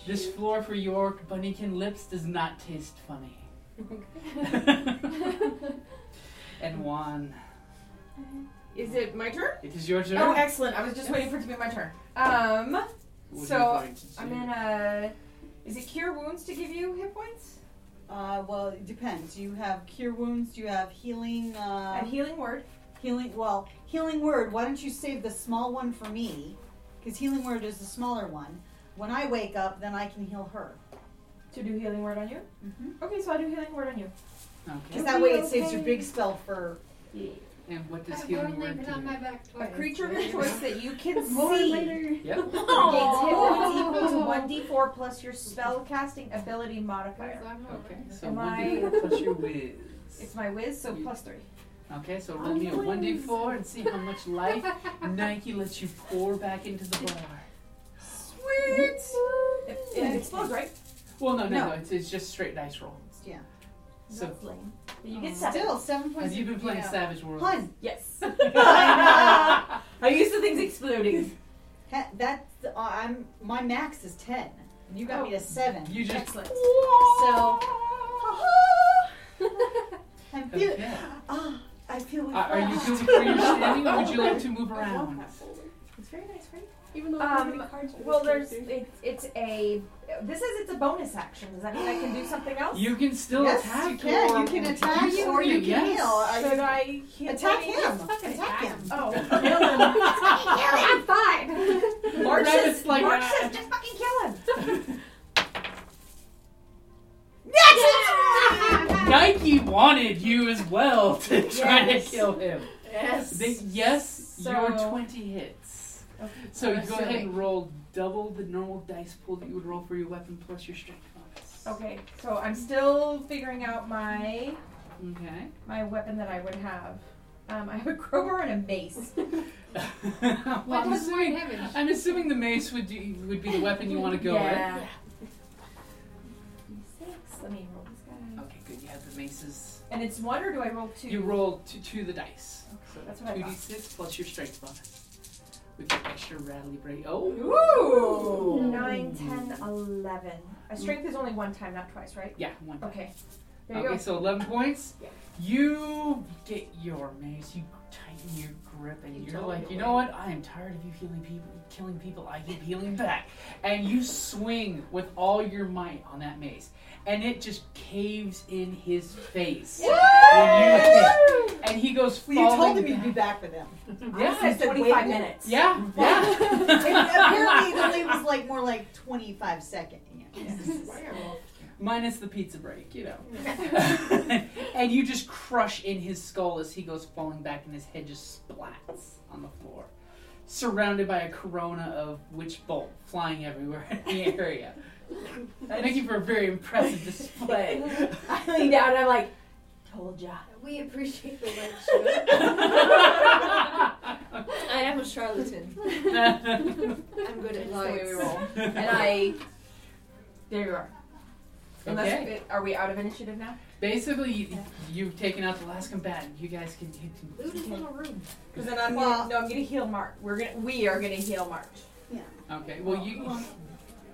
Speaker 2: This floor for York Bunnykin lips does not taste funny. and Juan,
Speaker 3: Is it my turn?
Speaker 2: It is your turn.
Speaker 3: Oh, excellent. I was just waiting for it to be my turn. Um,
Speaker 2: What do you
Speaker 3: so,
Speaker 2: like to
Speaker 3: I'm
Speaker 2: do?
Speaker 3: gonna. Is it cure wounds to give you hit points?
Speaker 1: Uh, well, it depends. You have cure wounds. You have healing. Uh,
Speaker 3: And
Speaker 9: Um,
Speaker 3: healing word.
Speaker 1: healing. Well, healing word. Why don't you save the small one for me? Because healing word is the smaller one. When I wake up, then I can heal her.
Speaker 3: To do healing word on you?
Speaker 1: Mhm.
Speaker 3: Okay, so I do healing word on you.
Speaker 1: Because
Speaker 2: Okay.
Speaker 1: that way it saves your
Speaker 3: Okay.
Speaker 1: big spell for.
Speaker 2: And what does
Speaker 5: I'm
Speaker 2: healing
Speaker 5: gonna leave
Speaker 2: word
Speaker 5: it on my
Speaker 2: do?
Speaker 5: back
Speaker 3: A
Speaker 5: twice.
Speaker 3: creature of your choice that you can
Speaker 1: More
Speaker 3: see
Speaker 1: later.
Speaker 2: Yep.
Speaker 3: gains hit points
Speaker 9: Oh.
Speaker 3: equal to one d four plus your spell casting ability modifier.
Speaker 2: Okay. So
Speaker 3: Am
Speaker 2: one
Speaker 3: I-
Speaker 2: d four plus your whiz.
Speaker 3: It's my whiz, so
Speaker 2: You-
Speaker 3: plus three.
Speaker 2: Okay, so roll me a one d four and see how much life Nike lets you pour back into the bar.
Speaker 1: Sweet.
Speaker 3: It, it explodes, right?
Speaker 2: Well, no, no, no.
Speaker 1: No.
Speaker 2: it's, it's just straight dice roll.
Speaker 1: Yeah.
Speaker 2: So
Speaker 3: But
Speaker 9: Oh.
Speaker 3: you get seven.
Speaker 1: Still seven points.
Speaker 2: have you
Speaker 1: of-
Speaker 2: been playing
Speaker 1: yeah.
Speaker 2: Savage World?
Speaker 1: Hun,
Speaker 3: Yes.
Speaker 1: I
Speaker 3: I'm used to things exploding.
Speaker 1: ha- that's uh, I'm my max is ten. and You got me
Speaker 3: Oh.
Speaker 1: to seven.
Speaker 2: You just
Speaker 3: Excellent.
Speaker 1: So. I'm feel-
Speaker 2: okay.
Speaker 1: ah, I feel.
Speaker 2: Are, are you doing for your standing, or would you like to move around?
Speaker 3: It's very nice, right?
Speaker 9: Even though
Speaker 3: Um, Well, there's it, it's a this is it's a bonus action. Does that mean I can do something else?
Speaker 2: You can still
Speaker 1: Yes,
Speaker 2: attack.
Speaker 1: you can.
Speaker 2: Or,
Speaker 1: You can attack
Speaker 2: you,
Speaker 1: him or you can
Speaker 2: yes.
Speaker 1: heal. I-
Speaker 3: Should I hit
Speaker 1: Attack
Speaker 3: any-
Speaker 1: him.
Speaker 3: Yes, fucking
Speaker 1: Attack him.
Speaker 3: Oh, kill him. I'm fine. March
Speaker 2: Right,
Speaker 3: says,
Speaker 2: it's like,
Speaker 3: March
Speaker 2: uh,
Speaker 3: says, just fucking kill him.
Speaker 2: uh, Nike wanted you as well to try
Speaker 3: Yes.
Speaker 2: to kill him.
Speaker 5: Yes.
Speaker 2: They, yes,
Speaker 3: So-
Speaker 2: your 20 hits. So you go ahead
Speaker 3: Assuming.
Speaker 2: and roll double the normal dice pool that you would roll for your weapon plus your strength bonus.
Speaker 3: Okay, so I'm still figuring out my
Speaker 2: Okay.
Speaker 3: my weapon that I would have. Um, I have a crowbar and a mace.
Speaker 2: well,
Speaker 5: What
Speaker 2: I'm,
Speaker 5: does one
Speaker 2: assuming,
Speaker 5: damage?
Speaker 2: I'm assuming the mace would, do, would be the weapon you want to go
Speaker 3: yeah. Six. Let me roll this guy.
Speaker 2: with. Okay, good. You have the maces.
Speaker 3: And it's one, or do I roll two?
Speaker 2: You roll two, two the dice. So
Speaker 3: that's what I thought.
Speaker 2: 2d6 plus your strength bonus. With your extra rattly break. Oh,
Speaker 3: Ooh! 9, 10, 11. A strength is only one time, not twice, right?
Speaker 2: yeah, one.
Speaker 3: Okay. There you
Speaker 2: Okay,
Speaker 3: go.
Speaker 2: so 11 points.
Speaker 3: Yeah.
Speaker 2: You get your mace, you tighten your grip, and you are
Speaker 5: don't
Speaker 2: like,
Speaker 5: do
Speaker 2: you
Speaker 5: it."
Speaker 2: know what? I am tired of you healing people, killing people. I keep healing back. And you swing with all your might on that mace, and it just caves in his face. When you hit, and he goes
Speaker 1: Well,
Speaker 2: falling.
Speaker 1: you told him you'd be back with him.
Speaker 2: Yeah,
Speaker 3: I said 25 minutes.
Speaker 2: yeah,
Speaker 1: And apparently, the
Speaker 2: yeah.
Speaker 1: delay was like more like 25 seconds.
Speaker 2: Minus the pizza break, you know. and you just crush in his skull as he goes falling back, and his head just splats on the floor, surrounded by a corona of witch bolt flying everywhere in the area. Thank you for a very impressive display.
Speaker 3: I lean down and I'm like, told ya.
Speaker 5: We appreciate the workshop. I am a charlatan. I'm good at
Speaker 3: That's the way we
Speaker 5: lies.
Speaker 3: roll. And I. There you are. Unless
Speaker 2: okay.
Speaker 3: it- are we out of initiative now?
Speaker 2: Basically, you, you've taken out the last combatant. You guys can. You can
Speaker 5: Loot is in a room.
Speaker 3: Because then I'm
Speaker 1: Well-
Speaker 3: gonna, no, I'm gonna heal March. We're gonna we are gonna heal March.
Speaker 2: Okay. Well, you.
Speaker 3: Oh,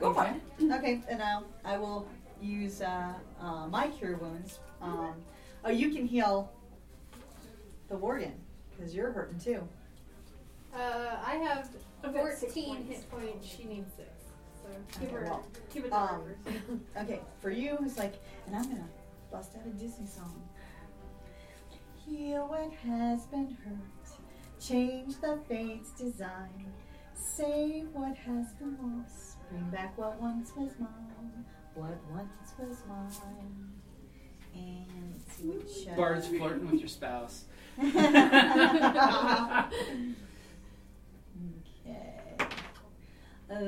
Speaker 3: Go for
Speaker 2: okay.
Speaker 3: it.
Speaker 1: Okay, and I'll, I will use uh, uh, my cure wounds. Um, oh, you can heal the warden because you're hurting too.
Speaker 5: Uh, I have
Speaker 3: I've got six
Speaker 5: 14
Speaker 3: points.
Speaker 5: hit points. She needs six. So give her,
Speaker 1: Well,
Speaker 5: give her the
Speaker 1: um,
Speaker 5: numbers.
Speaker 1: Okay, for you, it's like, and I'm gonna bust out a Disney song. Heal what has been hurt, change the fate's design, save what has been lost, bring back what once was mine, what once was mine. And let's see which. uh,
Speaker 2: Bard's flirting with your spouse.
Speaker 1: Okay.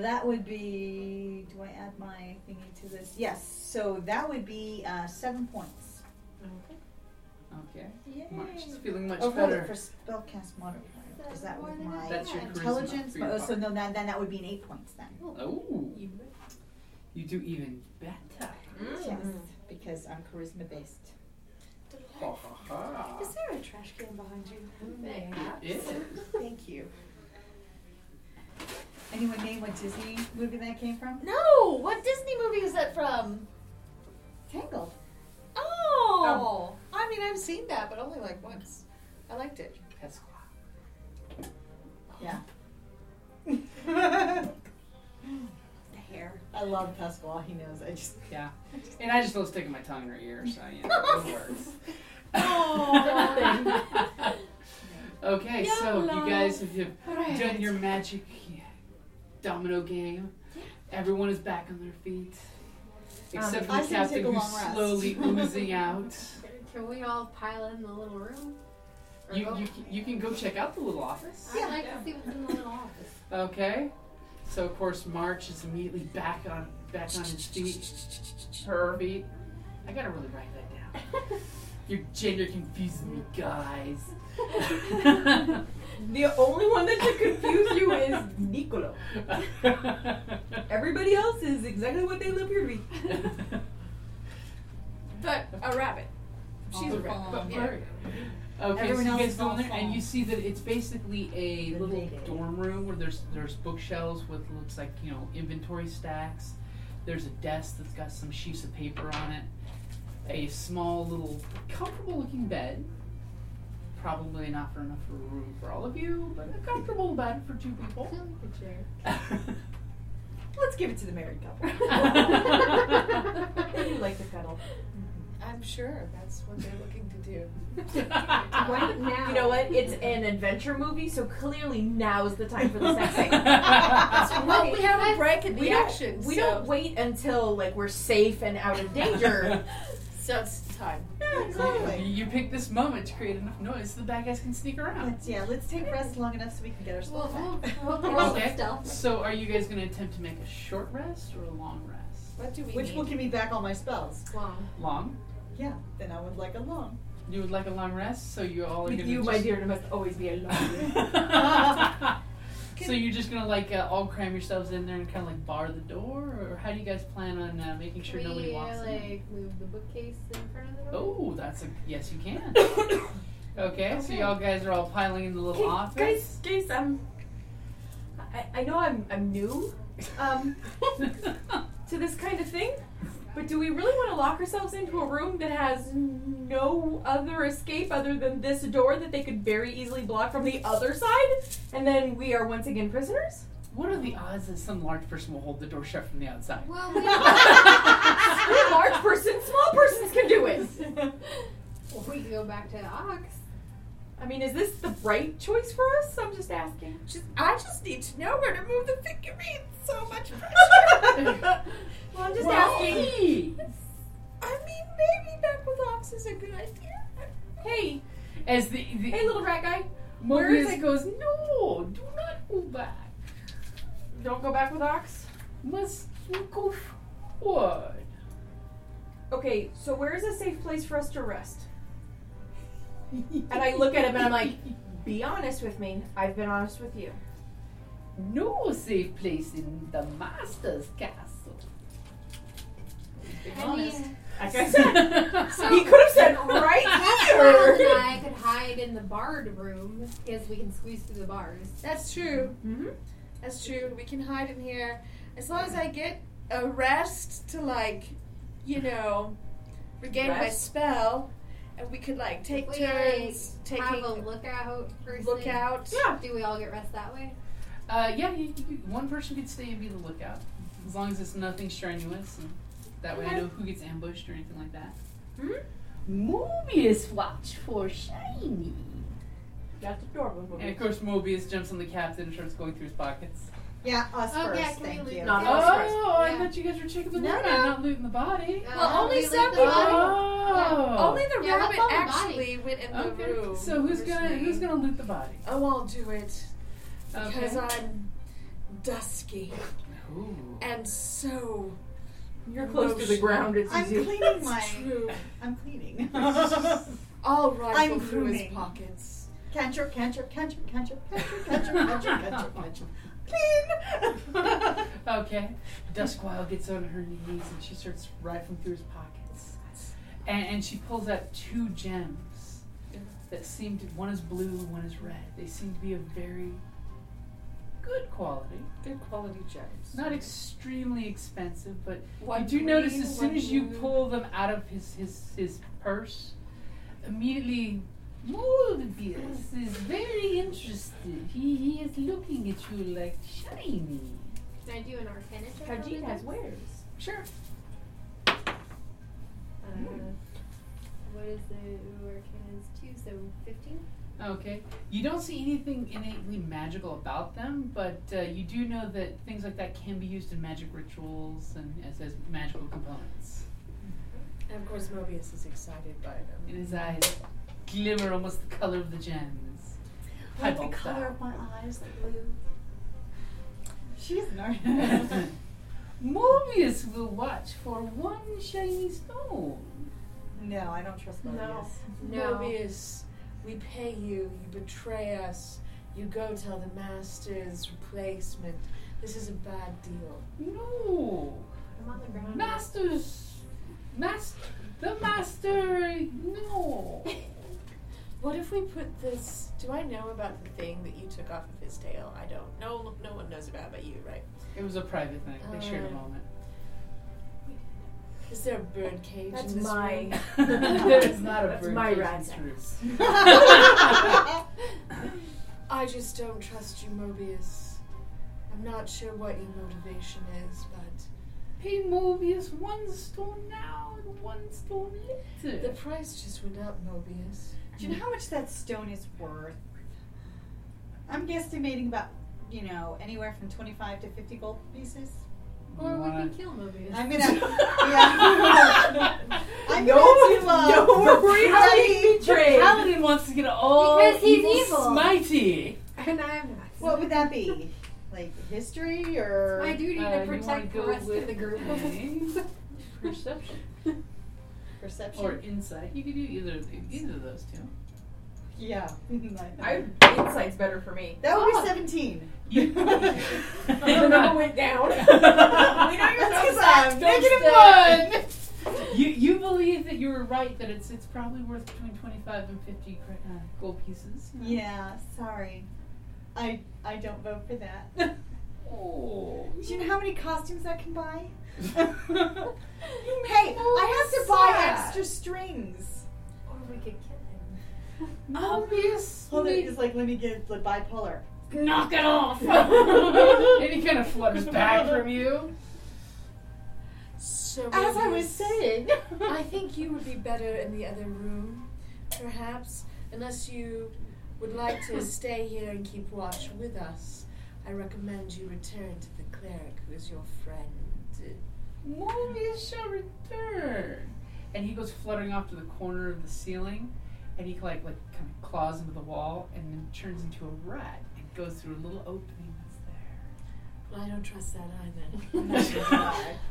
Speaker 1: That would be. Do I add my thingy to this? Yes. So that would be uh, seven points.
Speaker 2: okay.
Speaker 1: Yay.
Speaker 2: March is feeling much
Speaker 1: Oh, hold it
Speaker 2: better.
Speaker 1: for spellcast modifier. Is that with my
Speaker 2: That's your charisma
Speaker 1: intelligence?
Speaker 2: for your
Speaker 1: Oh, so
Speaker 2: bar.
Speaker 1: no, that, then that would be an eight points then.
Speaker 2: Oh, you do even better.
Speaker 5: Mm.
Speaker 1: Yes, because I'm charisma based.
Speaker 2: Ha, ha, ha.
Speaker 5: Is there a trash can behind you?
Speaker 2: It is.
Speaker 1: Thank you. Anyone name what Disney movie that came from?
Speaker 5: No! What Disney movie was that from?
Speaker 1: Tangled.
Speaker 5: Oh! I mean, I've seen that, but only like once. I liked it.
Speaker 2: That's cool.
Speaker 1: I love Pascal. He knows. I just
Speaker 2: Yeah. And I just love sticking my tongue in her ear, so you know, it works. okay, so you guys have have done your magic domino game. Everyone is back on their feet. Except
Speaker 1: Um, I
Speaker 2: for the
Speaker 1: say we take
Speaker 2: captain
Speaker 1: a
Speaker 2: who's
Speaker 1: long rest.
Speaker 2: slowly oozing out.
Speaker 5: Can we all pile in the little room? Or
Speaker 2: You,
Speaker 5: go-
Speaker 2: you, you can go check out the little office.
Speaker 5: I'd like to see what's in the little office.
Speaker 2: Okay. So of course March is immediately back on back on his feet. Her feet. I gotta really write that down. Your gender confuses me, guys.
Speaker 3: The only one that could confuse you is Nicolo. Everybody else is exactly what they live here to be.
Speaker 5: But a rabbit. She's a rabbit.
Speaker 2: But
Speaker 5: yeah.
Speaker 2: Mario- Okay,
Speaker 1: Everyone
Speaker 2: so you
Speaker 1: else
Speaker 2: guys
Speaker 1: is
Speaker 2: go in
Speaker 1: all
Speaker 2: there and you
Speaker 1: fall.
Speaker 2: see that it's basically a little
Speaker 1: day.
Speaker 2: dorm room where there's there's bookshelves with looks like you know inventory stacks. There's a desk that's got some sheets of paper on it. A small little comfortable looking bed. Probably not for enough room for all of you, but a comfortable bed for two people.
Speaker 5: I like the chair.
Speaker 3: Let's give it to the married couple. They do like the cuddle.
Speaker 5: I'm sure that's what they're looking to do. Ah,
Speaker 11: Right now.
Speaker 3: You know what? It's an adventure movie, so clearly now's the time for the sex thing.
Speaker 5: Well, we have a break in the
Speaker 3: We don't-
Speaker 5: action.
Speaker 3: We
Speaker 5: so,
Speaker 3: don't wait until like we're safe and out of danger.
Speaker 5: So it's time.
Speaker 2: You- You pick this moment to create enough noise so the bad guys can sneak around.
Speaker 1: let's yeah. Let's take rest long enough so we can get our
Speaker 5: We'll,
Speaker 1: stuff
Speaker 5: we'll,
Speaker 1: back.
Speaker 5: we'll roll
Speaker 2: Okay.
Speaker 5: some stuff.
Speaker 2: So, are you guys going to attempt to make a short rest or a long rest?
Speaker 5: What do we
Speaker 1: Which
Speaker 5: need?
Speaker 1: will give me back all my spells.
Speaker 5: Long.
Speaker 2: Long.
Speaker 1: Yeah. Then I would like a long.
Speaker 2: You would like a long rest, so you all are going
Speaker 3: With
Speaker 2: to.
Speaker 3: you,
Speaker 2: just...
Speaker 3: my dear, there must always be a love.
Speaker 2: so you're just going to like uh, all cram yourselves in there and kind of like bar the door, or how do you guys plan on uh, making sure
Speaker 5: Can
Speaker 2: nobody
Speaker 5: we
Speaker 2: walks in?
Speaker 5: like move the bookcase in front of the door?
Speaker 2: Oh, that's a yes. You can. okay, so y'all guys are all piling in the little office.
Speaker 3: Guys, guys, um, I, I know I'm I'm new, um, to this kind of thing, but do we really want to lock ourselves into a room that has no other escape other than this door that they could very easily block from the other side, and then we are once again prisoners?
Speaker 2: what are the odds that some large person will hold the door shut from the outside?
Speaker 5: Well, we,
Speaker 3: We're large person, small persons can do it.
Speaker 5: we can go back to the ox.
Speaker 3: I mean, is this the right choice for us? I'm just asking.
Speaker 5: I just need to know where to move the figurines. So much pressure.
Speaker 3: Well, I'm just asking.
Speaker 2: Hey!
Speaker 5: I mean, maybe back with ox is a good idea.
Speaker 3: Hey,
Speaker 2: As the, the
Speaker 3: hey, little rat guy, where is
Speaker 2: Mobius
Speaker 3: it?
Speaker 2: goes, no, do not go back.
Speaker 3: don't go back with Ox.
Speaker 2: Must go forward.
Speaker 3: okay, so where is a safe place for us to rest? and I look at him and I'm like, be honest with me. I've been honest with you.
Speaker 2: No safe place in the master's castle.
Speaker 5: I mean,
Speaker 3: Like I said,
Speaker 5: so
Speaker 3: he could have said right
Speaker 5: That's where Ox and I could hide in the barred room because we can squeeze through the bars.
Speaker 9: That's true.
Speaker 1: Mm-hmm.
Speaker 3: Mhm.
Speaker 9: That's true. We can hide in here as long as I get a rest to like, you know, regain my
Speaker 3: Rest?
Speaker 9: spell, and we could like take
Speaker 5: We, like,
Speaker 9: turns
Speaker 5: Have
Speaker 9: taking
Speaker 5: a lookout person.
Speaker 9: look out.
Speaker 5: Do we all get rest that way?
Speaker 2: Uh, yeah, you, you, one person could stay and be the lookout. As long as it's nothing strenuous. And that way I know who gets ambushed or anything like that. Hmm? Mobius watch for shiny.
Speaker 3: That's adorable.
Speaker 2: And of course, Mobius jumps on the captain and starts going through his pockets.
Speaker 1: Yeah, us
Speaker 5: Oh,
Speaker 1: first.
Speaker 5: yeah, can we
Speaker 1: thank
Speaker 5: leave
Speaker 1: you.
Speaker 3: Not us first.
Speaker 2: Oh, I
Speaker 5: Yeah.
Speaker 2: thought you guys were checking the
Speaker 9: No,
Speaker 2: body,
Speaker 9: no.
Speaker 2: not looting the body.
Speaker 5: Uh,
Speaker 9: only
Speaker 5: we leave
Speaker 9: some
Speaker 5: the
Speaker 9: people-
Speaker 5: body.
Speaker 2: Oh.
Speaker 9: Only the
Speaker 5: Yeah,
Speaker 9: rabbit
Speaker 5: that's all the
Speaker 9: actually went in the
Speaker 2: Okay.
Speaker 9: room.
Speaker 2: So who's
Speaker 9: for
Speaker 2: gonna
Speaker 9: Snape.
Speaker 2: who's gonna loot the body?
Speaker 9: Oh, I'll do it because
Speaker 2: Okay.
Speaker 9: I'm dusky
Speaker 2: Ooh.
Speaker 9: and so
Speaker 3: You're close to the ground. It's
Speaker 1: I'm
Speaker 3: easy.
Speaker 1: cleaning my.
Speaker 9: true.
Speaker 1: I'm cleaning.
Speaker 9: I'll rifle
Speaker 1: I'm
Speaker 9: through his
Speaker 1: grooming.
Speaker 9: pockets.
Speaker 1: Cantrip, cantrip, cantrip, cantrip, cantrip, cantrip, cantrip, cantrip, cantrip. Clean.
Speaker 2: Okay. Duskwile gets on her knees and she starts rifling through his pockets. And, and she pulls out two gems that seem to, one is blue and one is red. They seem to be of very good quality.
Speaker 3: Good quality gems.
Speaker 2: Not extremely expensive, but
Speaker 9: One
Speaker 2: you do notice
Speaker 9: green,
Speaker 2: as soon
Speaker 9: one
Speaker 2: as you
Speaker 9: blue.
Speaker 2: pull them out of his, his, his purse, immediately
Speaker 5: Morbius is very interested. He, he is looking at you like shiny.
Speaker 12: Can I do an Arcana check? on
Speaker 13: Hajin
Speaker 12: it?
Speaker 13: has wares.
Speaker 12: Sure. Uh, what is the Arcana's two? So fifteen.
Speaker 2: Okay. You don't see anything innately magical about them, but uh, you do know that things like that can be used in magic rituals and as, as magical components.
Speaker 9: And of course, Mobius is excited by them.
Speaker 2: And his eyes glimmer almost the color of the gems.
Speaker 14: Like the
Speaker 2: Hypophthalmos.
Speaker 14: color of my eyes, like blue.
Speaker 5: She's an Morbius will watch for one shiny stone.
Speaker 14: No, I don't trust Mobius.
Speaker 3: No.
Speaker 9: Mobius, we pay you, you betray us, you go tell the master's replacement. This is a bad deal.
Speaker 2: No.
Speaker 13: I'm on the ground.
Speaker 2: Masters. Master. The master. No.
Speaker 9: What if we put this? Do I know about the thing that you took off of his tail? I don't. No, no one knows about it but you, right?
Speaker 2: It was a private thing. They shared a
Speaker 9: Uh,
Speaker 2: moment.
Speaker 9: Is there a bird cage
Speaker 3: That's
Speaker 9: in this
Speaker 3: my-
Speaker 9: room?
Speaker 2: there is not a
Speaker 3: That's
Speaker 2: bird
Speaker 3: my
Speaker 2: cage in
Speaker 3: rat's
Speaker 2: this room.
Speaker 9: I just don't trust you, Mobius. I'm not sure what your motivation is, but
Speaker 2: Pay Mobius one stone now and one stone later.
Speaker 9: the price just went up, Mobius.
Speaker 1: Do you know how much that stone is worth? I'm guesstimating about, you know, anywhere from 25 to 50 gold pieces.
Speaker 5: Or we
Speaker 2: Wanna-
Speaker 5: can kill Mobius.
Speaker 1: I'm gonna, yeah, I'm gonna do uh,
Speaker 2: no,
Speaker 1: the bloody-
Speaker 2: The paladin wants to get all
Speaker 5: Because he's
Speaker 2: evil,
Speaker 5: evil.
Speaker 2: smighty.
Speaker 5: and I'm not.
Speaker 1: What would that be? Like history or?
Speaker 5: My duty
Speaker 2: Uh,
Speaker 5: to
Speaker 2: you wanna
Speaker 5: protect the
Speaker 2: go
Speaker 5: rest
Speaker 2: with
Speaker 5: of the group.
Speaker 2: a Perception
Speaker 1: Perception.
Speaker 2: or insight. You could do either of the- either of those two.
Speaker 1: yeah.
Speaker 3: I insight's better for me.
Speaker 1: that would
Speaker 2: Oh.
Speaker 1: be 17.
Speaker 2: You-
Speaker 3: The number went down.
Speaker 2: We know
Speaker 1: That's 'cause I'm negative one.
Speaker 2: You you believe that you were right that it's it's probably worth between twenty five and fifty cra- uh, gold pieces.
Speaker 1: Yeah, sorry. I I don't vote for that.
Speaker 2: Oh.
Speaker 1: Do you know how many costumes I can buy? Hey, I have to buy extra strings.
Speaker 12: Or we could kill him.
Speaker 2: Mobius.
Speaker 1: Hold it, it's like let me get the bipolar.
Speaker 2: Knock it off! and he kind of flutters back from you.
Speaker 9: So
Speaker 1: As I was
Speaker 9: Mobius,
Speaker 1: saying,
Speaker 9: I think you would be better in the other room, perhaps, unless you would like to stay here and keep watch with us. I recommend you return to the cleric, who is your friend.
Speaker 2: Mobius shall return. And he goes fluttering off to the corner of the ceiling, and he like like kind of claws into the wall, and then turns into a rat and goes through a little opening
Speaker 9: Well, I don't trust that
Speaker 2: that's
Speaker 9: either.
Speaker 2: there.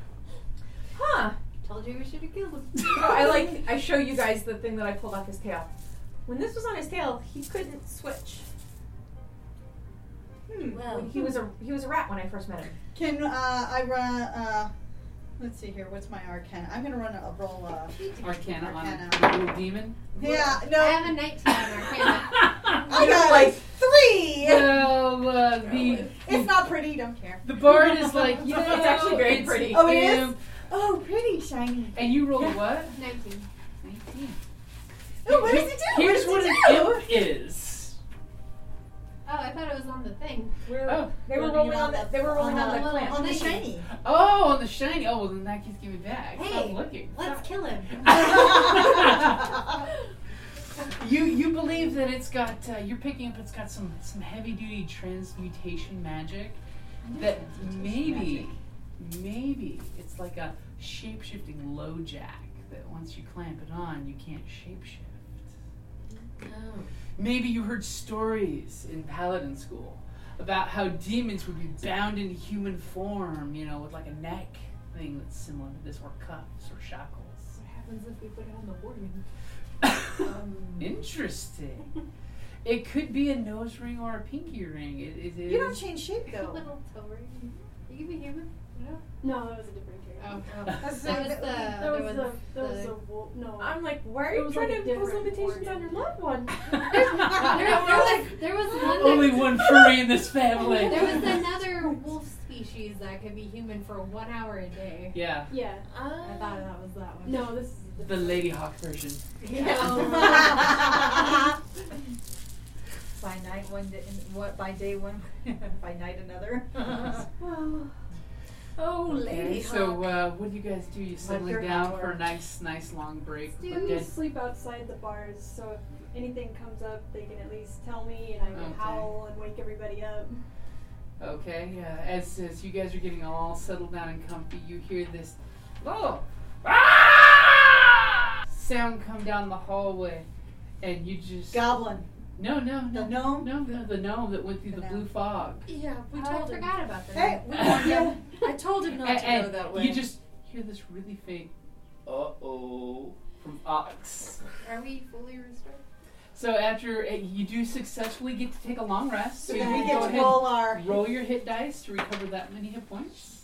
Speaker 3: Huh.
Speaker 5: Told you we should have killed him.
Speaker 3: Oh, I like, I show you guys the thing that I pulled off his tail. When this was on his tail, he couldn't switch.
Speaker 9: well,
Speaker 3: He was a he was a rat when I first met him.
Speaker 1: Hmm. can uh, I run? Uh, let's see here. What's my arcana? I'm gonna run a roll. Uh,
Speaker 2: Arcana on a
Speaker 1: Arcana.
Speaker 2: little demon.
Speaker 1: yeah,
Speaker 5: I
Speaker 1: no,
Speaker 5: have a 19 on Arcana.
Speaker 1: I got like three.
Speaker 2: Well, uh, the
Speaker 1: It's not pretty. Don't care.
Speaker 2: the bard is like, you know,
Speaker 3: It's actually very
Speaker 2: it's
Speaker 3: pretty.
Speaker 1: Oh, it is?
Speaker 2: imp."
Speaker 1: Oh, pretty shiny.
Speaker 2: And you rolled what?
Speaker 5: 19.
Speaker 2: Nineteen.
Speaker 1: Oh, what does it do?
Speaker 2: Here's
Speaker 1: what
Speaker 2: what
Speaker 1: does
Speaker 2: an
Speaker 1: it do?
Speaker 2: imp is.
Speaker 5: Oh, I thought it was on the thing.
Speaker 3: We're,
Speaker 2: Oh.
Speaker 3: they were
Speaker 1: Well,
Speaker 3: rolling
Speaker 1: you
Speaker 3: on
Speaker 1: know,
Speaker 3: the they were rolling on the
Speaker 5: uh,
Speaker 3: clamp.
Speaker 1: On the
Speaker 5: Thank you.
Speaker 1: shiny.
Speaker 2: Oh, on the shiny. Oh, well, then that gives give me back. Stop
Speaker 5: Hey,
Speaker 2: looking.
Speaker 5: Let's kill him.
Speaker 2: you you believe that it's got uh, you're picking up it's got some some heavy duty transmutation magic that maybe maybe it's like a shape shifting low jack that once you clamp it on you can't shape shift. Maybe you heard stories in paladin school about how demons would be bound in human form, you know, with like a neck thing that's similar to this, or cuffs or shackles.
Speaker 5: What happens if we put it on the warden?
Speaker 2: Interesting. It could be a nose ring or a pinky ring. It, it is.
Speaker 1: You don't change shape
Speaker 5: A
Speaker 1: though.
Speaker 5: little tower. You can be human.
Speaker 15: No, that was a different character.
Speaker 5: Oh.
Speaker 1: That's
Speaker 5: That was the.
Speaker 15: That
Speaker 5: There
Speaker 15: was
Speaker 5: was
Speaker 15: the. That was
Speaker 5: the-
Speaker 15: the wolf.
Speaker 9: Oh.
Speaker 15: No.
Speaker 3: I'm like, why are
Speaker 15: It
Speaker 3: you
Speaker 15: was
Speaker 3: trying
Speaker 15: like a
Speaker 3: to impose
Speaker 15: different
Speaker 3: limitations
Speaker 15: organ.
Speaker 3: on your loved one?
Speaker 5: There was, there was one.
Speaker 2: Only
Speaker 5: that-
Speaker 2: one furry in this family.
Speaker 5: There was another wolf species that could be human for one hour a day.
Speaker 2: Yeah,
Speaker 15: Yeah.
Speaker 5: I thought that was that one.
Speaker 15: No, this is a
Speaker 2: the Lady Hawk version.
Speaker 5: Oh.
Speaker 1: the
Speaker 5: one day, in what by day one, by night another.
Speaker 2: Well,
Speaker 9: Oh,
Speaker 2: Okay,
Speaker 9: lady.
Speaker 2: so
Speaker 9: Hawk.
Speaker 2: uh, what do you guys do? You
Speaker 9: your
Speaker 2: settling down
Speaker 9: hour.
Speaker 2: for a nice, nice long break. but
Speaker 15: Do you
Speaker 2: then-
Speaker 15: sleep outside the bars so if anything comes up, they can at least tell me and I can
Speaker 2: Okay.
Speaker 15: howl and wake everybody up?
Speaker 2: Okay, yeah. As as you guys are getting all settled down and comfy, you hear this oh ah! sound come down the hallway, and you just
Speaker 5: goblin.
Speaker 2: No, no, no, the gnome. No, no, the gnome that went through the, blue fog.
Speaker 9: Yeah, we
Speaker 16: Oh, I
Speaker 9: told him.
Speaker 16: forgot about that.
Speaker 9: Hey, we warned him. I told him not
Speaker 2: And-
Speaker 9: to go
Speaker 2: and
Speaker 9: that way.
Speaker 2: Eh, You just hear this really faint uh oh from Ox.
Speaker 15: Are we fully restored?
Speaker 2: So after uh, you do successfully get to take a long rest,
Speaker 5: So
Speaker 2: you
Speaker 5: then we
Speaker 2: can
Speaker 5: get
Speaker 2: go
Speaker 5: to
Speaker 2: ahead
Speaker 5: roll
Speaker 2: and
Speaker 5: our-
Speaker 2: roll your hit dice to recover that many hit points.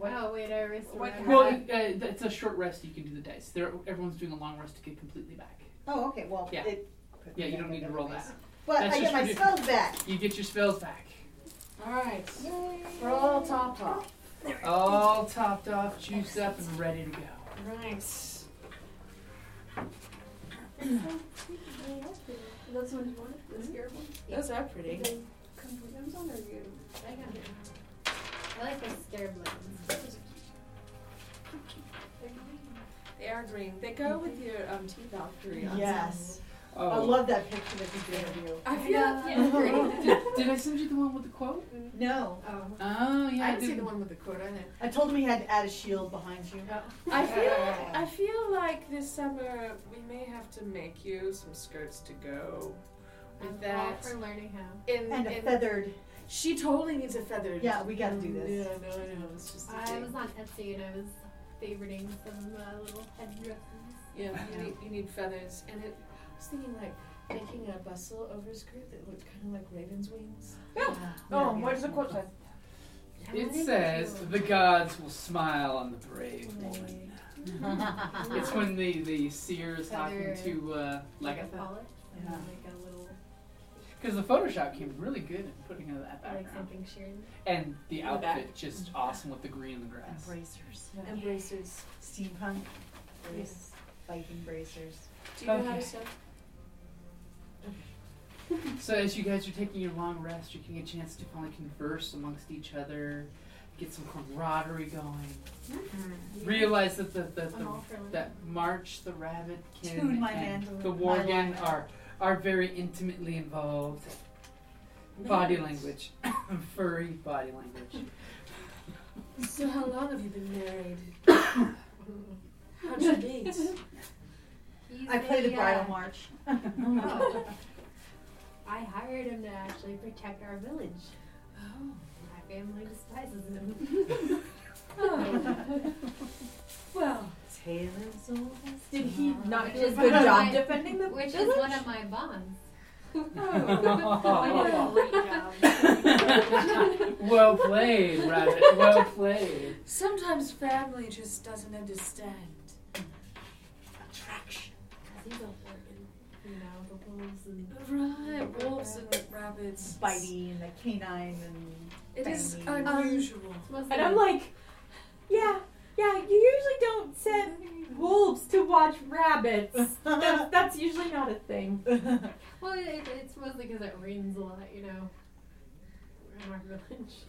Speaker 5: Wow, Oh, wait, I restored.
Speaker 2: Well, uh, it's a short rest. You can do the dice. There, everyone's doing a long rest to get completely back.
Speaker 5: Oh, okay. Well,
Speaker 2: Yeah.
Speaker 5: it,
Speaker 2: Yeah, you don't need to roll that.
Speaker 5: But I
Speaker 2: just
Speaker 5: get my
Speaker 2: for your-
Speaker 5: spells back.
Speaker 2: You get your spells back.
Speaker 9: All right. We're all top off.
Speaker 2: All topped off, juiced up, and ready to go.
Speaker 9: Right.
Speaker 15: That's one you wanted? The scared one?
Speaker 9: Those are pretty.
Speaker 15: The condoms on or you? I got it.
Speaker 5: I like the scare ones.
Speaker 9: They are green. They go with your um, teeth Valkyrie.
Speaker 5: Yes.
Speaker 2: Oh.
Speaker 5: I love that picture that you gave of you.
Speaker 9: I feel
Speaker 2: did, did I send you the one with the quote?
Speaker 5: No.
Speaker 9: Oh.
Speaker 2: Oh yeah.
Speaker 5: I didn't see
Speaker 2: did.
Speaker 5: the one
Speaker 9: with the quote on it.
Speaker 5: I told him he had to add a shield behind you.
Speaker 9: I feel I feel like this summer we may have to make you some skirts to go with
Speaker 5: I'm all
Speaker 9: that.
Speaker 5: for
Speaker 9: learning how. In,
Speaker 5: And a
Speaker 9: in-
Speaker 5: feathered.
Speaker 9: She totally needs a feathered.
Speaker 5: Yeah, we gotta do this.
Speaker 9: Yeah, no, I know. It's just. a
Speaker 5: I
Speaker 9: thing.
Speaker 5: was
Speaker 15: on Etsy and I was favoriting some uh, little headdresses.
Speaker 9: Yeah, you need, you need feathers, and it. I was thinking like making a bustle over a skirt that looked kind of like raven's wings.
Speaker 3: Yeah. Oh, what does the quote say?
Speaker 2: It says the gods will smile on the brave woman. it's when the the seer is talking to uh, Lagatha.
Speaker 5: Yeah. Like a little,
Speaker 2: Because the Photoshop came really good at putting out that
Speaker 5: like
Speaker 2: background.
Speaker 5: something sheared.
Speaker 2: And the
Speaker 5: In the back.
Speaker 2: outfit just awesome with the green and the grass.
Speaker 5: Bracers.
Speaker 9: Yeah. And bracers.
Speaker 5: Steampunk. Brace. Viking bracers.
Speaker 9: Do you know how
Speaker 2: Okay.
Speaker 9: to sew?
Speaker 2: So as you guys are taking your long rest, you're getting a chance to finally converse amongst each other, get some camaraderie going. Realize that the, that the,
Speaker 5: I'm all for it.
Speaker 2: that March, the Rabbit, Kim,
Speaker 5: Tune my
Speaker 2: and
Speaker 5: mandolin-
Speaker 2: the
Speaker 5: my
Speaker 2: Worgen
Speaker 5: mandolin.
Speaker 2: are are very intimately involved. Body language, furry body language.
Speaker 9: So how long have you been married? How'd you meet?
Speaker 5: I play the bridal uh, march. Oh. I hired him to actually protect our village. Oh. My family despises him.
Speaker 9: Oh. Well,
Speaker 5: Taylor's old.
Speaker 3: Did he not
Speaker 5: Which
Speaker 3: do a
Speaker 5: is
Speaker 3: good
Speaker 5: one of
Speaker 3: job
Speaker 5: my-
Speaker 3: defending the
Speaker 5: Which is
Speaker 3: village?
Speaker 5: one of my bonds. Oh.
Speaker 2: well played, Rabbit. Well played.
Speaker 9: Sometimes family just doesn't understand attraction.
Speaker 5: He's a Oregon, you know, the wolves and
Speaker 9: Right, wolves and rabbits. Um,
Speaker 5: bitey and the canine and
Speaker 9: It is
Speaker 5: fangy.
Speaker 9: unusual.
Speaker 3: And I'm like, yeah, yeah, you usually don't send wolves to watch rabbits.
Speaker 5: Oh.
Speaker 3: That's, that's usually not a thing.
Speaker 5: Well, it, it's mostly because it rains a lot, you know. In our village.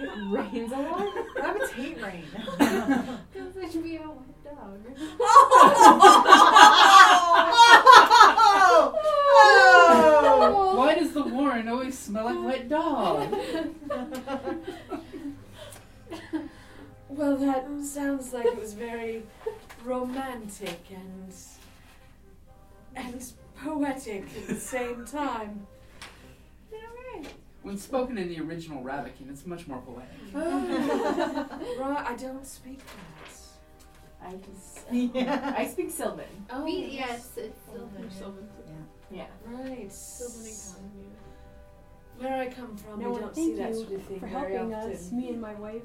Speaker 3: It rains a lot.
Speaker 5: Rabbits hate rain. Because they should be a wet dog. Oh.
Speaker 2: Oh. Why does the Warren always smell like wet dog?
Speaker 9: Well, that sounds like it was very romantic and and poetic at the same time.
Speaker 2: When spoken in the original Rabbit King, it's much more poetic.
Speaker 9: Oh, right, I don't speak that.
Speaker 3: I just,
Speaker 5: Yeah.
Speaker 3: I speak Sylvan.
Speaker 9: Oh,
Speaker 5: We- yes, it's Sylvan.
Speaker 3: Yeah.
Speaker 9: Right. Where I come from,
Speaker 15: No,
Speaker 9: we
Speaker 15: well,
Speaker 9: don't see
Speaker 15: thank
Speaker 9: that
Speaker 15: you
Speaker 9: sort of thing
Speaker 15: for
Speaker 9: very
Speaker 15: helping
Speaker 9: often.
Speaker 15: us, me and my wife,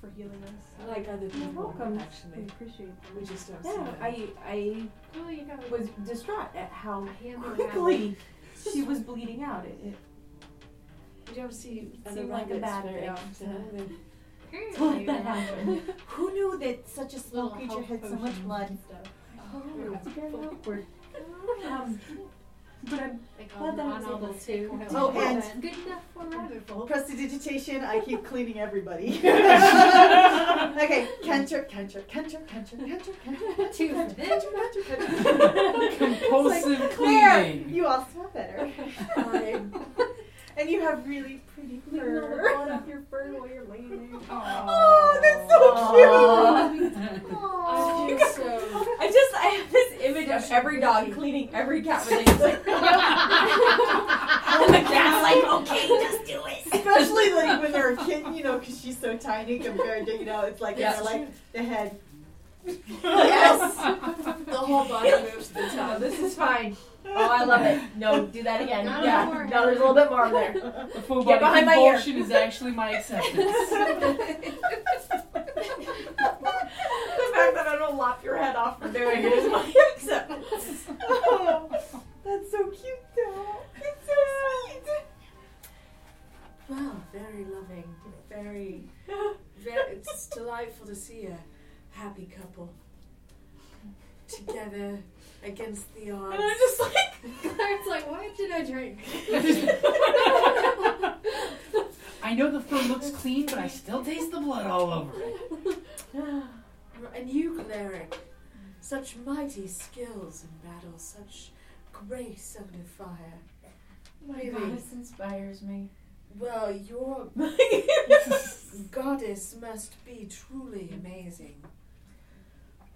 Speaker 15: for healing us.
Speaker 9: Like other people,
Speaker 15: You're welcome.
Speaker 9: actually.
Speaker 15: We appreciate that.
Speaker 9: We just don't
Speaker 3: Yeah,
Speaker 9: see
Speaker 3: I, I
Speaker 5: Well, you got
Speaker 3: was distraught at how
Speaker 5: handle
Speaker 3: quickly she was bleeding out. It, it
Speaker 9: We don't see
Speaker 3: It
Speaker 9: other
Speaker 3: seemed like a
Speaker 9: rabbits
Speaker 3: batter
Speaker 9: very
Speaker 3: egg.
Speaker 9: often.
Speaker 5: Apparently,
Speaker 9: To let that
Speaker 5: uh,
Speaker 9: happen.
Speaker 1: Who knew that such a small
Speaker 5: little
Speaker 1: creature
Speaker 5: health
Speaker 1: had so much
Speaker 17: Oh,
Speaker 5: potions
Speaker 1: blood?
Speaker 5: and stuff.
Speaker 9: Oh,
Speaker 3: it's very awkward. Um,
Speaker 15: But I'm
Speaker 5: Like
Speaker 15: glad
Speaker 5: on,
Speaker 15: that I
Speaker 5: on
Speaker 15: was
Speaker 5: all
Speaker 15: able
Speaker 5: the
Speaker 15: to take one.
Speaker 5: Oh,
Speaker 1: and-
Speaker 5: and good enough for wonderful.
Speaker 1: Prestidigitation, I keep cleaning everybody. okay, cantrip, cantrip, cantrip, cantrip, cantrip, cantrip. Two cantrip, cantrip, cantrip, cantrip.
Speaker 2: Compulsive
Speaker 1: It's Claire,
Speaker 2: cleaning.
Speaker 1: You all smell better. and you have really pretty fur.
Speaker 15: off your fur while you're laying there.
Speaker 1: Oh, that's so cute.
Speaker 17: I feel
Speaker 5: Oh,
Speaker 17: so. I just I have this image of every dog cleaning every cat when they like. and the cat's like, okay, just do it.
Speaker 1: Especially like when they're a kitten, you know, because she's so tiny compared to you know, it's like
Speaker 17: Yes.
Speaker 1: it's like the head.
Speaker 17: Yes.
Speaker 1: the
Speaker 17: whole body moves to the top.
Speaker 1: This
Speaker 17: is fine. Oh, I love it. No, do that again.
Speaker 2: Not
Speaker 17: yeah.
Speaker 2: anymore.
Speaker 17: No, there's a little bit more there.
Speaker 2: The full
Speaker 17: Get
Speaker 2: body
Speaker 17: behind my ear.
Speaker 2: convulsion is actually my acceptance.
Speaker 17: The fact that I don't lop your head off for doing it is my acceptance.
Speaker 1: That's so cute though. It's so sweet.
Speaker 9: Wow, very loving, very, very. It's delightful to see a happy couple together against the odds.
Speaker 5: And I'm just like, Claire's like, why did I drink?
Speaker 2: I know the fur looks clean, but I still taste the blood all over it.
Speaker 9: and you, cleric, such mighty skills in battle, such grace under fire.
Speaker 3: My
Speaker 9: Really.
Speaker 3: goddess inspires me.
Speaker 9: Well, your goddess must be truly amazing.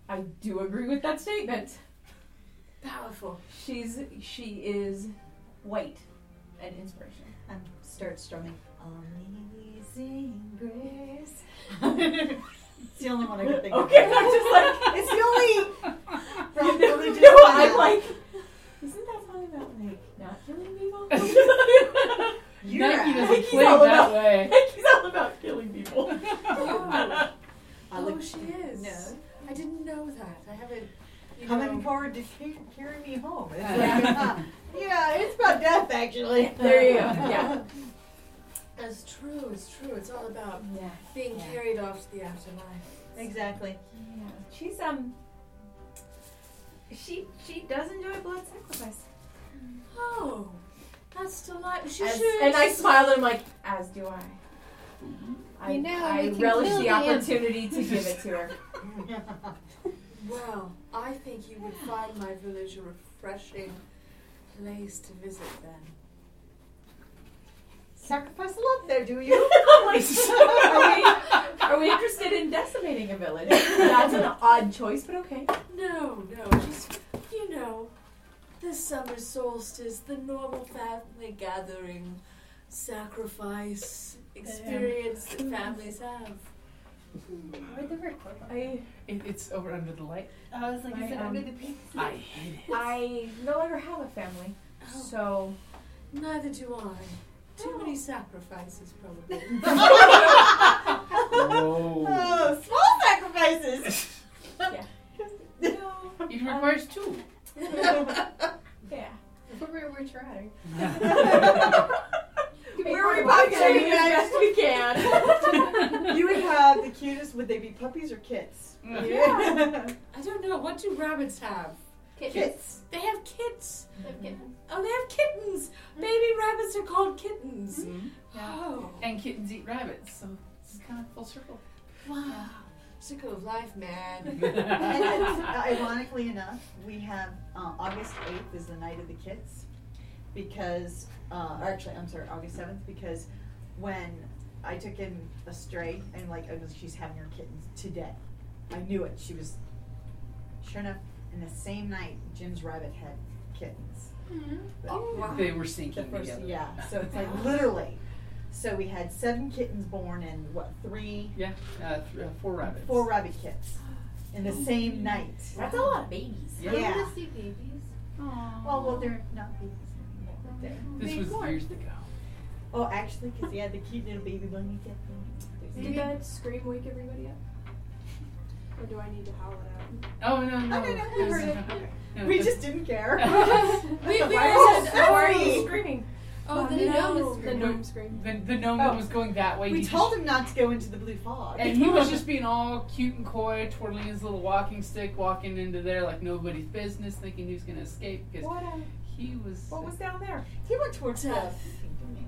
Speaker 17: I do agree with that statement.
Speaker 9: Powerful.
Speaker 3: She's she is white and inspiration.
Speaker 1: Um,
Speaker 18: And start strumming. Amazing grace.
Speaker 1: it's the only one I could think of.
Speaker 17: Okay, I'm just like-
Speaker 1: it's the only
Speaker 17: No,
Speaker 1: religious
Speaker 17: no,
Speaker 1: one.
Speaker 17: I'm like, isn't that song about like not killing people?
Speaker 1: You're
Speaker 17: Nike
Speaker 1: a-
Speaker 17: doesn't
Speaker 1: Nike's
Speaker 17: play
Speaker 1: all
Speaker 17: that
Speaker 1: about-
Speaker 2: way.
Speaker 17: Nike's all about killing people.
Speaker 9: Oh,
Speaker 1: I
Speaker 9: Oh,
Speaker 1: look-
Speaker 9: she is. I didn't know that. I haven't. You
Speaker 1: Coming
Speaker 9: know,
Speaker 1: forward to ca- carry me home. It's
Speaker 2: Uh-huh.
Speaker 9: Yeah.
Speaker 1: like, uh, yeah, it's about death actually.
Speaker 9: There you go. Yeah. That's true. It's true. It's all about being
Speaker 1: Yeah.
Speaker 9: carried off to the afterlife.
Speaker 1: Exactly.
Speaker 19: Yeah, she's um. She she does enjoy blood sacrifice.
Speaker 9: Oh, that's delightful. She
Speaker 3: As-
Speaker 9: should.
Speaker 3: and I smile and I'm like, as do I. I,
Speaker 9: You know,
Speaker 3: I
Speaker 9: we can
Speaker 3: relish
Speaker 9: kill
Speaker 3: the
Speaker 9: the
Speaker 3: opportunity
Speaker 9: imp.
Speaker 3: to give it to her.
Speaker 9: Well, I think you would find my village a refreshing place to visit then.
Speaker 1: Sacrifice a lot there, do you?
Speaker 3: Are we interested in decimating a village? That's an odd choice, but okay.
Speaker 9: No, no, just, you know, the summer solstice, the normal family gathering, sacrifice experience that families have.
Speaker 19: Where'd the red go?
Speaker 3: I
Speaker 2: It, it's over under the light.
Speaker 19: I was like,
Speaker 3: is
Speaker 1: um,
Speaker 3: it under the
Speaker 19: pink?
Speaker 2: I hate it.
Speaker 19: I no longer have a family,
Speaker 3: Oh.
Speaker 19: so
Speaker 9: Neither do I. Too many sacrifices, probably.
Speaker 1: Oh, small sacrifices.
Speaker 2: It requires two.
Speaker 3: yeah.
Speaker 5: We're, we're trying.
Speaker 1: Where
Speaker 3: we
Speaker 1: we pop
Speaker 3: can,
Speaker 1: you
Speaker 3: as best we
Speaker 1: can. you would have the cutest. Would they be puppies or kits?
Speaker 9: Yeah. I don't know. What do rabbits have?
Speaker 1: Kits.
Speaker 9: They have kits.
Speaker 5: Mm-hmm.
Speaker 9: Oh, they have kittens. Baby rabbits are called kittens.
Speaker 15: Mm-hmm.
Speaker 9: Oh.
Speaker 2: And kittens eat rabbits, so it's kind of full circle.
Speaker 9: Wow. Circle of life, man.
Speaker 1: and then, ironically enough, we have uh, August 8th is the night of the kids because, uh, or actually, I'm sorry, August 7th because when I took in a stray and like I was, she's having her kittens today. I knew it. She was, sure enough, in the same night, Jim's rabbit had kittens.
Speaker 9: Oh, wow.
Speaker 2: They were syncing
Speaker 1: The first-
Speaker 2: together.
Speaker 1: Yeah, so it's like literally. So we had seven kittens born and what, three?
Speaker 2: Yeah, uh, th- uh, four rabbits.
Speaker 1: Four rabbit kits in the same night.
Speaker 3: That's a lot of babies.
Speaker 1: Yeah.
Speaker 5: I want to see babies. Aww.
Speaker 1: Oh, well, they're not babies anymore. but they're-
Speaker 2: This
Speaker 1: they
Speaker 2: was
Speaker 1: were.
Speaker 2: years ago.
Speaker 1: Oh, actually, because he had the cute little baby bunny kitten.
Speaker 15: Did that scream wake everybody up? Or do I need to howl it out?
Speaker 2: Oh no no.
Speaker 1: no, no, we
Speaker 2: it was-
Speaker 1: heard it.
Speaker 2: okay. No,
Speaker 1: We
Speaker 2: but-
Speaker 1: just didn't care.
Speaker 2: We-
Speaker 1: Why
Speaker 3: we
Speaker 1: was
Speaker 3: were
Speaker 1: it
Speaker 9: Oh,
Speaker 3: just- why are you
Speaker 1: funny?
Speaker 3: screaming?
Speaker 15: Oh, the gnome is the gnome scream.
Speaker 2: The, the gnome that was going that way.
Speaker 1: We
Speaker 2: he
Speaker 1: told
Speaker 2: just-
Speaker 1: him not to go into the blue fog.
Speaker 2: And he was just being all cute and coy, twirling his little walking stick, walking into there like nobody's business, thinking he was going to escape because
Speaker 3: What, um,
Speaker 2: he was.
Speaker 3: What was down there?
Speaker 1: He went towards
Speaker 3: death.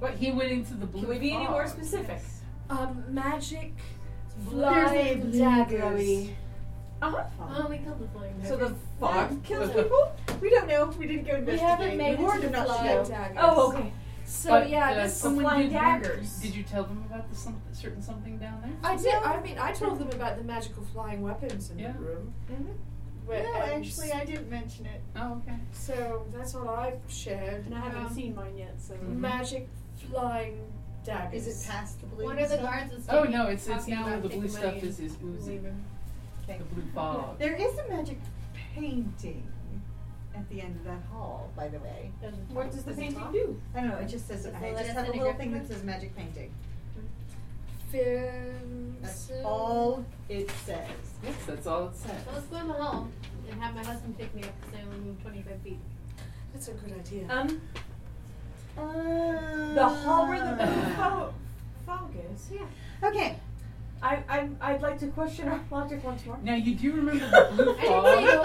Speaker 2: But he went into the blue.
Speaker 3: Can we be any more
Speaker 2: fog.
Speaker 3: specific?
Speaker 9: Um, magic,
Speaker 15: There's a
Speaker 9: flying
Speaker 15: blue
Speaker 9: daggers.
Speaker 3: Uh huh.
Speaker 15: Oh, we killed the flying
Speaker 1: So the
Speaker 15: daggers.
Speaker 1: fog kills people? We don't know. We didn't go
Speaker 15: We
Speaker 1: investigate.
Speaker 15: haven't made
Speaker 1: warned
Speaker 15: it to
Speaker 1: him
Speaker 15: the
Speaker 1: not
Speaker 15: flying
Speaker 1: to go.
Speaker 15: daggers.
Speaker 3: Oh, okay.
Speaker 9: So
Speaker 2: But,
Speaker 9: yeah,
Speaker 2: uh,
Speaker 9: this
Speaker 2: someone
Speaker 9: flying
Speaker 2: did-
Speaker 9: daggers.
Speaker 2: Did you tell them about the some, certain something down there?
Speaker 9: I did. I mean, I told them about the magical flying weapons in
Speaker 2: Yeah.
Speaker 9: the room. Where-
Speaker 1: No,
Speaker 9: and
Speaker 1: actually, I didn't mention it.
Speaker 2: Oh, okay.
Speaker 9: uh, So that's all I've shared.
Speaker 15: And I haven't
Speaker 9: Um,
Speaker 15: seen mine yet, so.
Speaker 9: magic flying daggers.
Speaker 1: Is it past the blue?
Speaker 5: One of the
Speaker 1: stuff?
Speaker 5: guards was
Speaker 2: Oh
Speaker 5: standing
Speaker 2: no, it's it's
Speaker 5: talking
Speaker 2: now
Speaker 5: about
Speaker 2: the
Speaker 5: taking
Speaker 2: blue
Speaker 5: money
Speaker 2: stuff is is oozing.
Speaker 1: Okay.
Speaker 2: The blue fog.
Speaker 1: There is a magic painting at the end of that hall, by the way.
Speaker 15: What does the
Speaker 1: Does it
Speaker 15: painting
Speaker 1: talk?
Speaker 15: do?
Speaker 1: I don't know. It just says
Speaker 5: Does
Speaker 1: it.
Speaker 5: it
Speaker 1: I
Speaker 5: let
Speaker 1: just have
Speaker 5: us
Speaker 1: a
Speaker 5: in a
Speaker 1: little
Speaker 5: grip
Speaker 1: thing that
Speaker 5: room?
Speaker 1: says magic painting.
Speaker 9: Film.
Speaker 1: That's
Speaker 9: so-
Speaker 1: all it says.
Speaker 2: Yes, that's all it said.
Speaker 5: So let's go in the hall and have my husband pick me up because I only moved 25 feet.
Speaker 9: That's a good idea.
Speaker 3: Um,
Speaker 1: Uh,
Speaker 3: the hall where the blue fog, fog is.
Speaker 5: Yeah.
Speaker 1: Okay.
Speaker 3: I, I, I'd like to question our logic once more.
Speaker 2: Now you do remember the blue
Speaker 5: I didn't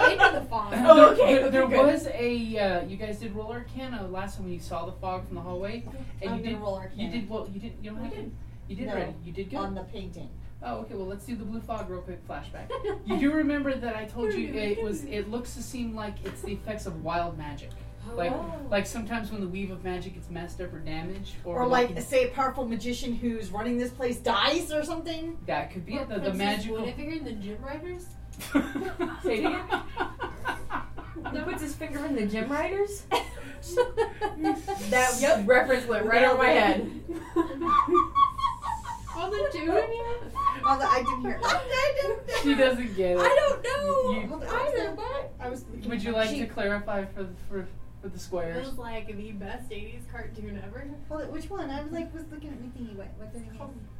Speaker 2: fog.
Speaker 5: say go into the fog.
Speaker 3: Oh, okay,
Speaker 2: There, there
Speaker 3: okay, good.
Speaker 2: was a uh, you guys did roll Arcana last time when you saw the fog from the hallway, and
Speaker 1: I'm
Speaker 2: you
Speaker 1: gonna
Speaker 2: did
Speaker 1: roll
Speaker 2: You
Speaker 1: Arcana.
Speaker 2: did well. You didn't. You don't
Speaker 1: We
Speaker 2: have to.
Speaker 1: did.
Speaker 2: You did
Speaker 1: No.
Speaker 2: ready. You did good.
Speaker 1: On the painting.
Speaker 2: Oh, okay. Well, let's do the blue fog real quick. Flashback. you do remember that I told you it was. It looks to seem like it's the effects of wild magic. Like,
Speaker 9: Oh.
Speaker 2: like sometimes when the weave of magic gets messed up or damaged, or,
Speaker 1: Or
Speaker 2: like
Speaker 1: like, say a powerful magician who's running this place dies or something.
Speaker 2: that could be it, the, the
Speaker 5: Princess
Speaker 2: magical.
Speaker 5: Guinevere and the gym riders?
Speaker 3: Say it again? He
Speaker 2: again.
Speaker 3: puts his finger in the gym riders.
Speaker 5: that
Speaker 3: yep. reference went right over my head.
Speaker 5: all the two of you?
Speaker 1: Although I didn't hear. I didn't-
Speaker 2: she doesn't get it.
Speaker 1: I don't know.
Speaker 2: You-
Speaker 1: Hold on, I was looking.
Speaker 2: Would you like to clarify for for for the
Speaker 5: It
Speaker 2: squares?
Speaker 5: was like the best 80s cartoon ever.
Speaker 1: Hold it, which one? I was like, was looking at me thinking, what, what's the name?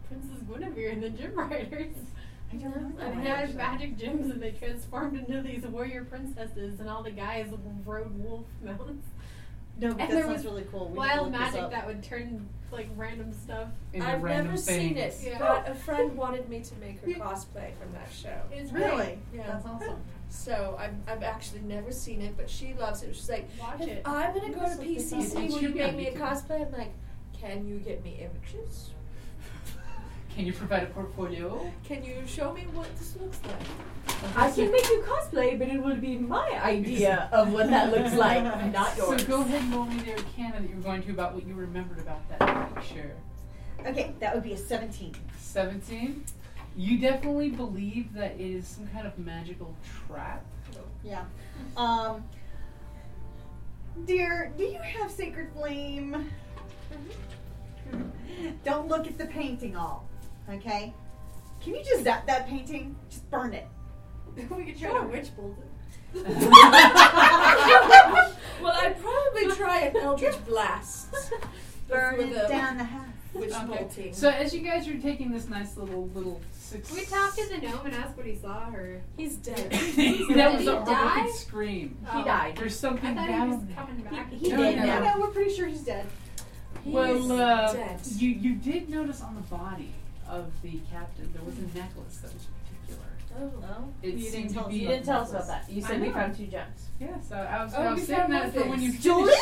Speaker 5: Princess Guinevere and the Gym Riders.
Speaker 1: I don't know. that one,
Speaker 5: And they had
Speaker 1: actually.
Speaker 5: magic gyms and they transformed into these warrior princesses and all the guys rode wolf mounts.
Speaker 1: No, but that
Speaker 5: And there
Speaker 1: sounds
Speaker 5: was
Speaker 1: really cool. We
Speaker 5: Wild
Speaker 1: need to look this
Speaker 5: magic
Speaker 1: up.
Speaker 5: that would turn like random stuff.
Speaker 2: Into
Speaker 9: I've
Speaker 2: random
Speaker 9: never seen it,
Speaker 2: things.
Speaker 5: Yeah.
Speaker 9: but a friend wanted me to make her cosplay from that show.
Speaker 5: It's
Speaker 1: Really?
Speaker 9: Yeah.
Speaker 1: That's awesome.
Speaker 9: So I've, I've actually never seen it, but she loves it. She's like,
Speaker 5: Watch
Speaker 9: if
Speaker 5: it.
Speaker 9: I'm gonna go to
Speaker 2: It- it
Speaker 9: PCC. Will
Speaker 2: should
Speaker 9: you
Speaker 2: be on
Speaker 9: make me a
Speaker 2: YouTube.
Speaker 9: cosplay? I'm like, can you get me images?
Speaker 2: Can you provide a portfolio?
Speaker 9: Can you show me what this looks like?
Speaker 3: I can make you cosplay, but it would be my idea of what that looks like, not
Speaker 2: So
Speaker 3: yours.
Speaker 2: go ahead and roll me the Arcana that you were going to about what you remembered about that picture.
Speaker 1: Okay, that would be a 17.
Speaker 2: 17. You definitely believe that it is some kind of magical trap.
Speaker 1: Yeah. Um, dear, do you have sacred flame? Don't look at the painting all, okay? Can you just zap that painting? Just burn it.
Speaker 5: we could try to witch bolt it.
Speaker 9: Well, I'd probably try an Eldritch Blast.
Speaker 1: Burn
Speaker 9: With
Speaker 1: it
Speaker 9: a-
Speaker 1: down the house.
Speaker 9: Witch
Speaker 2: Okay.
Speaker 9: bolting.
Speaker 2: So as you guys are taking this nice little little six.
Speaker 5: Can we talk to the gnome and ask what he saw or
Speaker 9: He's dead.
Speaker 2: that was
Speaker 5: he
Speaker 2: a
Speaker 5: die?
Speaker 2: horrific scream.
Speaker 5: Oh.
Speaker 3: died.
Speaker 2: There's
Speaker 5: I
Speaker 2: something
Speaker 5: thought he was
Speaker 2: down there.
Speaker 5: coming back.
Speaker 1: He
Speaker 2: No,
Speaker 1: did.
Speaker 2: no.
Speaker 1: No, no, we're pretty sure he's dead.
Speaker 9: He's
Speaker 2: well, uh,
Speaker 9: dead.
Speaker 2: you you did notice on the body of the captain there was a necklace that was particular.
Speaker 9: Oh.
Speaker 2: It
Speaker 1: You didn't
Speaker 2: seemed
Speaker 1: tell us
Speaker 2: to be.
Speaker 1: about
Speaker 3: You didn't tell us about that. You
Speaker 2: I
Speaker 3: said we
Speaker 2: know.
Speaker 3: found two gems.
Speaker 2: Yeah, so I was,
Speaker 3: Oh,
Speaker 2: I
Speaker 3: we
Speaker 2: was saving
Speaker 3: found
Speaker 2: that for when you
Speaker 3: Murphy's.
Speaker 2: finish,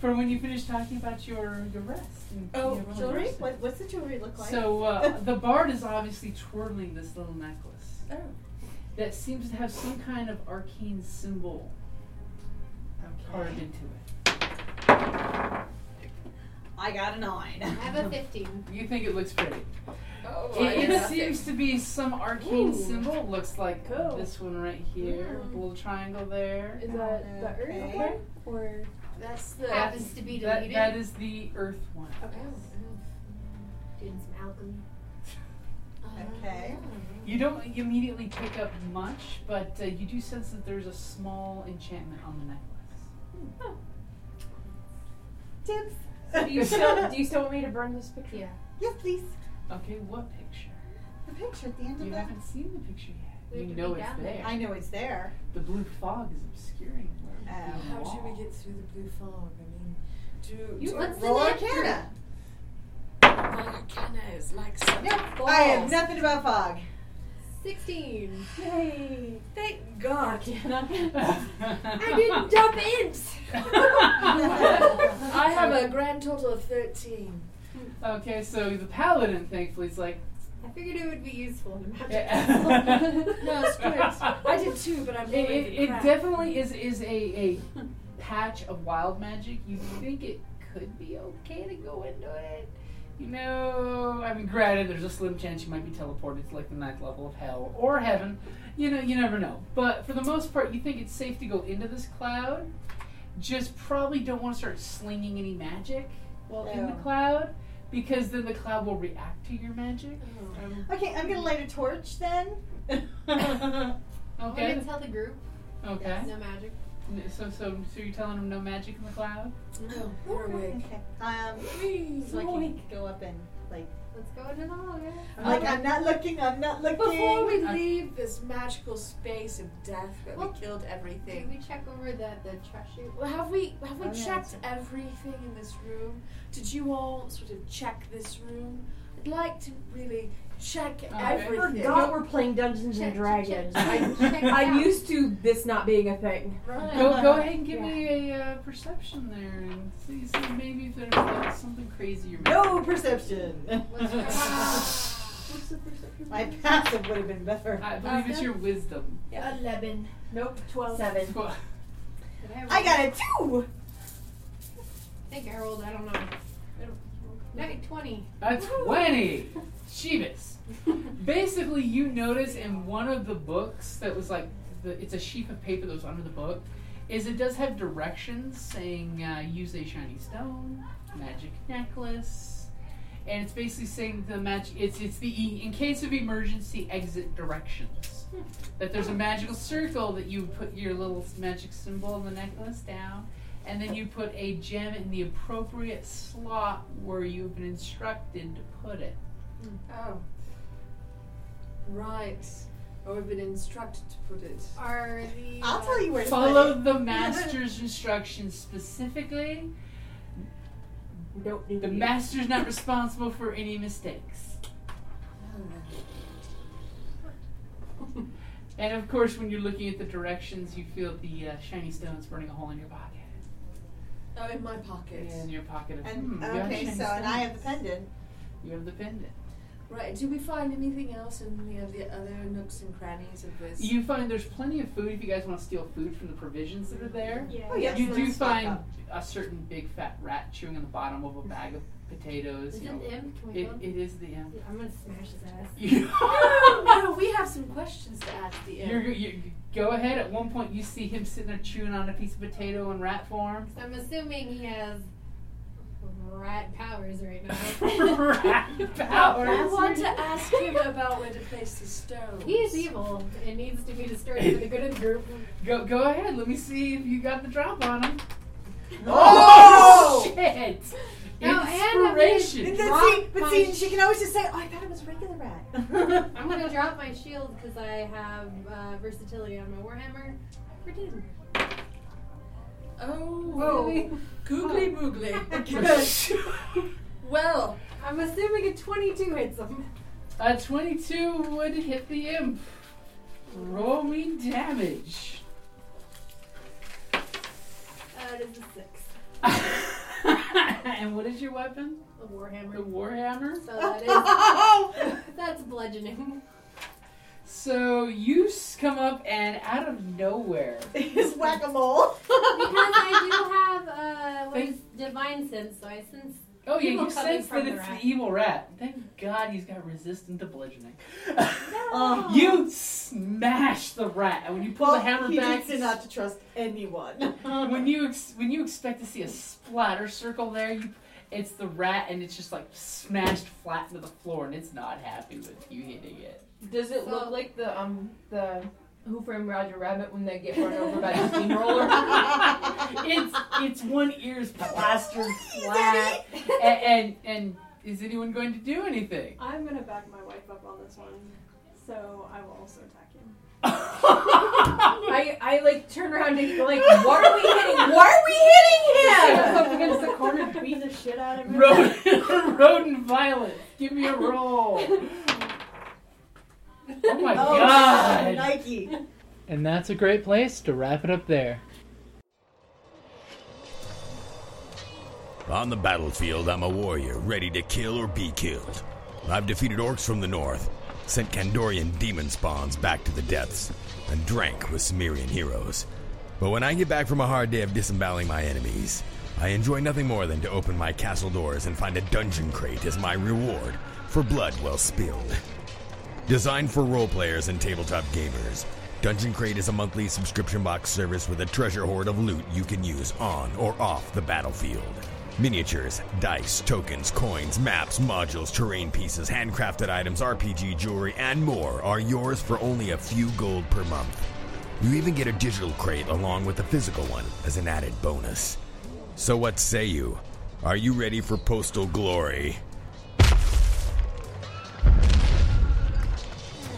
Speaker 2: for when you finish talking about your your rest. and
Speaker 1: Oh,
Speaker 2: your
Speaker 1: jewelry?
Speaker 2: rest.
Speaker 1: What, what's the jewelry look like?
Speaker 2: So uh, the bard is obviously twirling this little necklace
Speaker 9: Oh.
Speaker 2: that seems to have some kind of arcane symbol carved into it.
Speaker 1: I got a nine.
Speaker 5: I have a 15.
Speaker 2: You think it looks pretty?
Speaker 9: Oh, I
Speaker 2: It, it
Speaker 9: guess.
Speaker 2: seems to be some arcane
Speaker 3: Ooh.
Speaker 2: symbol. Looks like
Speaker 3: Cool.
Speaker 2: this one right here, with a little triangle there.
Speaker 15: Is that the earth
Speaker 1: Okay.
Speaker 15: one? Or.
Speaker 9: That's the.
Speaker 5: Happens to be
Speaker 2: That,
Speaker 5: deleted.
Speaker 2: that is the earth one.
Speaker 9: Okay.
Speaker 5: Doing some alchemy.
Speaker 1: Okay.
Speaker 2: You don't immediately pick up much, but uh, you do sense that there's a small enchantment on the necklace.
Speaker 1: Tips.
Speaker 3: Do you still do you still want me to burn this picture?
Speaker 5: Yeah.
Speaker 1: yes, please.
Speaker 2: Okay, what picture?
Speaker 1: The picture at the end of
Speaker 2: You
Speaker 1: that.
Speaker 2: haven't seen the picture
Speaker 5: We
Speaker 2: yet.
Speaker 5: have
Speaker 2: You
Speaker 5: to
Speaker 2: know
Speaker 5: be
Speaker 2: it's
Speaker 5: down
Speaker 2: there.
Speaker 5: there.
Speaker 1: I know it's there.
Speaker 2: The blue fog is obscuring. where it
Speaker 1: Oh.
Speaker 2: is.
Speaker 9: How should we get through the blue fog? I mean, do,
Speaker 20: You-
Speaker 9: do
Speaker 20: what's the
Speaker 9: roll
Speaker 20: name?
Speaker 9: Arcana. Arcana is like something.
Speaker 20: I have nothing about fog.
Speaker 9: 16. Yay. Thank God.
Speaker 21: I
Speaker 9: I didn't
Speaker 21: jump
Speaker 9: dump imps. I have a grand total of 13.
Speaker 2: Okay, so the paladin thankfully is like,
Speaker 9: I figured it would be useful.
Speaker 2: no,
Speaker 9: no, screw it. I did too, but I'm
Speaker 2: It,
Speaker 9: really
Speaker 2: it, it definitely is is a, a patch of wild magic. You think it could be okay to go into it? You know, I mean, granted, there's a slim chance you might be teleported to like the ninth level of hell or heaven. You know, you never know. But for the most part, you think it's safe to go into this cloud. Just probably don't want to start slinging any magic while in the
Speaker 20: No.
Speaker 2: cloud because then the cloud will react to your magic. Um,
Speaker 20: Okay, I'm gonna light a torch then.
Speaker 5: We're
Speaker 2: okay.
Speaker 5: gonna tell the group.
Speaker 2: Okay.
Speaker 5: No magic.
Speaker 2: N- So, so, so you're telling them no magic in the cloud?
Speaker 9: No, you're awake.
Speaker 20: Okay. Um, so I can go up and like.
Speaker 5: Let's go into the hallway.
Speaker 2: Oh
Speaker 20: I'm like I'm not looking. I'm not looking.
Speaker 9: Before we leave this magical space of death where we killed
Speaker 5: Did
Speaker 9: everything,
Speaker 5: we check over the the trash chute?
Speaker 9: well, have we have we
Speaker 5: Oh, yeah,
Speaker 9: checked everything in this room? Did you all sort of check this room? I'd like to really check
Speaker 3: Oh,
Speaker 9: everything.
Speaker 22: I forgot we're playing Dungeons and Dragons.
Speaker 9: check
Speaker 22: I'm used to this not being a thing.
Speaker 2: Go, go ahead and give me a uh, perception there and see, see maybe if there's like, something crazy you're
Speaker 20: No perception. My passive would have been better.
Speaker 2: I believe it's your wisdom.
Speaker 20: Yeah.
Speaker 10: Eleven. Nope. Twelve.
Speaker 2: Seven.
Speaker 20: I got a two.
Speaker 5: I think I rolled. I don't know. I don't- Maybe twenty.
Speaker 2: A 20! Sheebus. Basically, you notice in one of the books that was like, the, it's a sheaf of paper that was under the book, is it does have directions saying uh, use a shiny stone, magic necklace, and it's basically saying the magic, it's, it's the e- in case of emergency exit directions. That there's a magical circle that you put your little magic symbol on the necklace down, and then you put a gem in the appropriate slot where you've been instructed to put it.
Speaker 9: Oh. Right. Or we've been instructed to put it. Ah.
Speaker 5: Are the
Speaker 20: I'll tell you where to
Speaker 2: Follow
Speaker 20: put it.
Speaker 2: the master's instructions specifically. the master's not responsible for any mistakes. And of course, when you're looking at the directions, you feel the uh, shiny stones burning a hole in your pocket.
Speaker 9: Oh, in my pocket.
Speaker 2: In your pocket of
Speaker 20: And
Speaker 2: hmm, you have
Speaker 20: okay,
Speaker 2: shiny
Speaker 20: so and I
Speaker 2: stones.
Speaker 20: have the pendant.
Speaker 2: You have the pendant.
Speaker 9: Right. Do we find anything else in any of the other nooks and crannies of this?
Speaker 2: You find there's plenty of food if you guys want to steal food from the provisions that are there.
Speaker 9: Yeah. Oh, yeah,
Speaker 2: You
Speaker 9: so
Speaker 2: do
Speaker 9: let's stock
Speaker 2: find
Speaker 9: up.
Speaker 2: a certain big fat rat chewing on the bottom of a bag of potatoes.
Speaker 5: Is
Speaker 2: you
Speaker 5: it
Speaker 2: know.
Speaker 5: the imp? Can we
Speaker 2: It,
Speaker 5: kill him?
Speaker 2: it is the imp.
Speaker 5: I'm gonna smash his ass.
Speaker 9: no, no, no, we have some questions to ask the
Speaker 2: You're,
Speaker 9: end.
Speaker 2: you go ahead. At one point, you see him sitting there chewing on a piece of potato in rat form.
Speaker 5: I'm assuming he has rat powers right now.
Speaker 2: rat powers.
Speaker 9: I want to ask him about where to place the stone.
Speaker 5: He is evil and needs to be destroyed for the good of the group.
Speaker 2: Go go ahead. Let me see if you got the drop on him.
Speaker 20: Oh!
Speaker 2: shit!
Speaker 5: No, and I'm gonna
Speaker 2: Inspiration.
Speaker 20: But
Speaker 5: drop
Speaker 20: see, but
Speaker 5: my
Speaker 20: see, she can always just say, "Oh, I thought it was a regular rat."
Speaker 5: I'm gonna drop my shield because I have uh, versatility on my warhammer. For ten.
Speaker 9: Oh, googly boogly. well,
Speaker 5: I'm assuming a 22 hits him.
Speaker 2: A 22 would hit the imp. Roll me damage.
Speaker 5: Uh, it is a six.
Speaker 2: and what is your weapon?
Speaker 5: A warhammer.
Speaker 2: The warhammer.
Speaker 5: So that is. that's bludgeoning.
Speaker 2: So you s- come up and out of nowhere.
Speaker 20: It's whack a
Speaker 2: Oh,
Speaker 20: mole.
Speaker 5: Because I do have uh, what is divine sense, so I sense.
Speaker 2: Oh yeah,
Speaker 5: evil
Speaker 2: you
Speaker 5: coming
Speaker 2: sense that
Speaker 5: from the
Speaker 2: it's
Speaker 5: rat.
Speaker 2: the evil rat. Thank God he's got resistant to bludgeoning. you smash the rat, and when you pull
Speaker 20: Oh. well,
Speaker 2: the hammer
Speaker 20: he
Speaker 2: back,
Speaker 20: needs to not to trust anyone.
Speaker 2: when you ex- when you expect to see a splatter circle there, you, it's the rat, and it's just like smashed flat into the floor, and it's not happy with you hitting it.
Speaker 22: Does it look like the um the Who Framed Roger Rabbit when they get run over by the steamroller?
Speaker 2: it's it's one ear's plastered flat, and, and and is anyone going to do anything?
Speaker 15: I'm gonna back my wife up on this one, so I will also attack him.
Speaker 22: I I like turn around and like why are we hitting?
Speaker 15: Why are we hitting him?
Speaker 22: Just, like, up against the corner
Speaker 2: out of Rodent, rodent violence. Give me a roll. Oh my god.
Speaker 1: Nike.
Speaker 23: And that's a great place to wrap it up there.
Speaker 24: On the battlefield, I'm a warrior, ready to kill or be killed. I've defeated orcs from the north, sent Kandorian demon spawns back to the depths, and drank with Sumerian heroes. But when I get back from a hard day of disemboweling my enemies, I enjoy nothing more than to open my castle doors and find a dungeon crate as my reward for blood well spilled. Designed for role players and tabletop gamers, Dungeon Crate is a monthly subscription box service with a treasure hoard of loot you can use on or off the battlefield. Miniatures, dice, tokens, coins, maps, modules, terrain pieces, handcrafted items, RPG jewelry, and more are yours for only a few gold per month. You even get a digital crate along with the physical one as an added bonus. So, what say you? Are you ready for postal glory?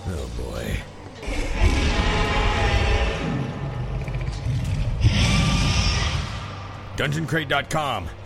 Speaker 24: Oh boy. DungeonCrate.com.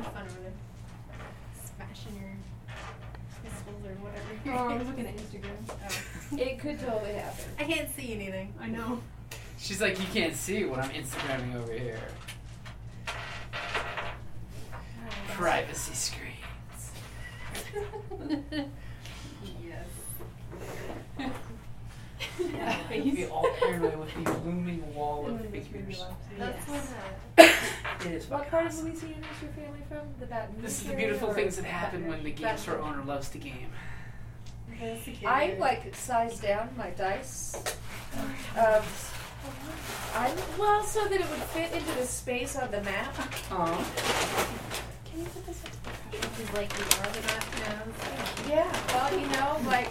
Speaker 5: Fun over there. Smashing your pistols or whatever. Oh.
Speaker 3: Oh, I'm looking at Instagram. It could totally happen.
Speaker 5: I can't see anything. I know.
Speaker 2: She's like, you can't see what I'm Instagramming over here. Privacy screens.
Speaker 5: yes.
Speaker 2: You'd be all paranoid with the looming wall of figures.
Speaker 3: That's
Speaker 5: Yes.
Speaker 3: when, uh,
Speaker 2: It is
Speaker 3: What
Speaker 2: fucking
Speaker 3: part of Louisiana is your family from? The Baton Rouge
Speaker 2: This is the
Speaker 3: area
Speaker 2: beautiful
Speaker 3: or
Speaker 2: things that
Speaker 3: Baton
Speaker 2: happen when the
Speaker 3: Rouge?
Speaker 2: game store owner loves to game.
Speaker 3: I like size down my dice. Um, I well so that it would fit into the space on the map.
Speaker 5: Can you put this into like the are the map now?
Speaker 3: Yeah. Well, you know, like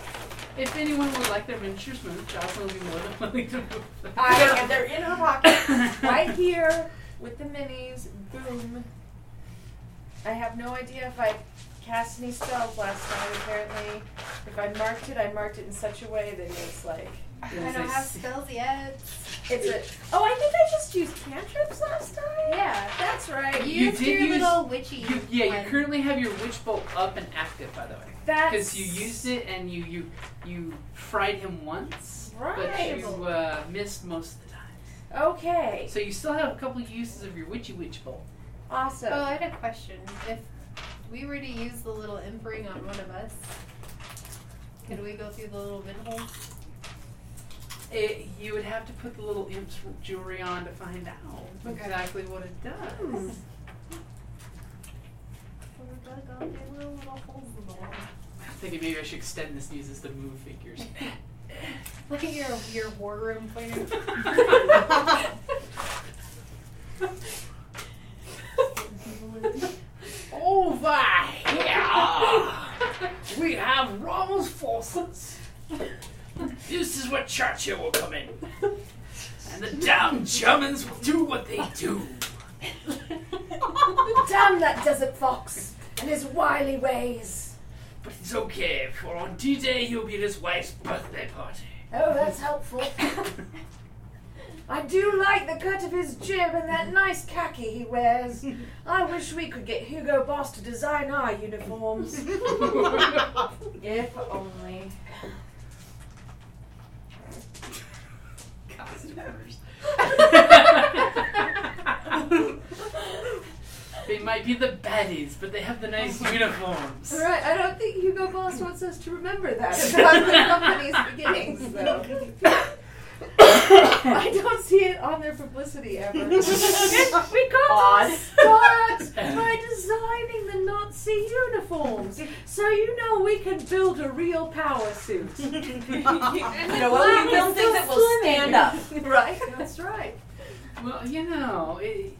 Speaker 2: If anyone would like their miniatures moved, Jocelyn would be more than willing to move them.
Speaker 3: I and they're in her pocket right here with the minis. Boom. I have no idea if I cast any spells last night. Apparently, if I marked it, I marked it in such a way that it's like
Speaker 5: I don't have spells yet.
Speaker 3: It's a. Oh, I think I just used cantrips last time. Yeah, that's right.
Speaker 2: You
Speaker 5: Use
Speaker 2: did
Speaker 5: your
Speaker 2: use-
Speaker 5: little witchy.
Speaker 2: You, yeah,
Speaker 5: one.
Speaker 2: you currently have your witch bolt up and active, by the way.
Speaker 3: That's-
Speaker 2: because you used it and you you you fried him once,
Speaker 3: Right.
Speaker 2: but you uh, missed most of the time.
Speaker 3: Okay.
Speaker 2: So you still have a couple uses of your witchy witch bolt.
Speaker 3: Awesome.
Speaker 5: Oh, I had a question. If we were to use the little impring on one of us, could we go through the little pinhole?
Speaker 2: It, you would have to put the little imp's jewelry on to find out exactly what it
Speaker 3: Hmm.
Speaker 2: does.
Speaker 5: We've got to go through little little holes in the wall.
Speaker 2: I'm thinking maybe I should extend this and use this to move figures.
Speaker 5: Look at your your war room planner.
Speaker 2: Over here, we have Rommel's forces. This is where Churchill will come in, and the damn Germans will do what they do.
Speaker 3: Damn that desert fox and his wily ways.
Speaker 2: But it's okay, for on D-Day he'll be at his wife's birthday party.
Speaker 3: Oh, that's helpful. I do like the cut of his jib and that nice khaki he wears. I wish we could get Hugo Boss to design our uniforms. if only.
Speaker 2: Customers. they might be the baddies, but they have the nice uniforms.
Speaker 3: All right, I don't think Hugo Boss wants us to remember that about the company's beginnings, though. I don't see it on their publicity ever. we got
Speaker 25: Odd.
Speaker 3: to start by designing the Nazi uniforms, so you know we can build a real power suit. you
Speaker 25: know what? We build things that will stand
Speaker 3: stand up.
Speaker 2: right? That's right. Well, you know, it,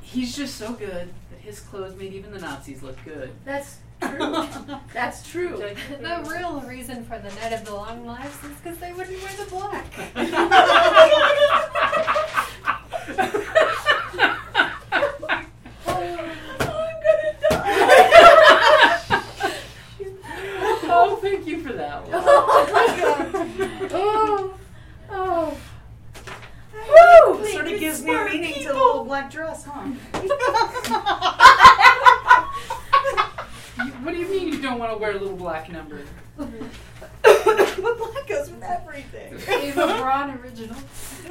Speaker 2: he's just so good that his clothes made even the Nazis look good.
Speaker 5: That's
Speaker 2: true. That's true.
Speaker 5: the real reason for the Night of the Long Lives is because they wouldn't wear the black.
Speaker 2: oh, thank you for that one.
Speaker 1: oh, oh.
Speaker 2: Woo!
Speaker 1: Sort of gives new meaning to the little black dress, huh?
Speaker 2: You- what do you mean you don't want to wear a little black number?
Speaker 1: but black goes with everything.
Speaker 5: He's a Braun original.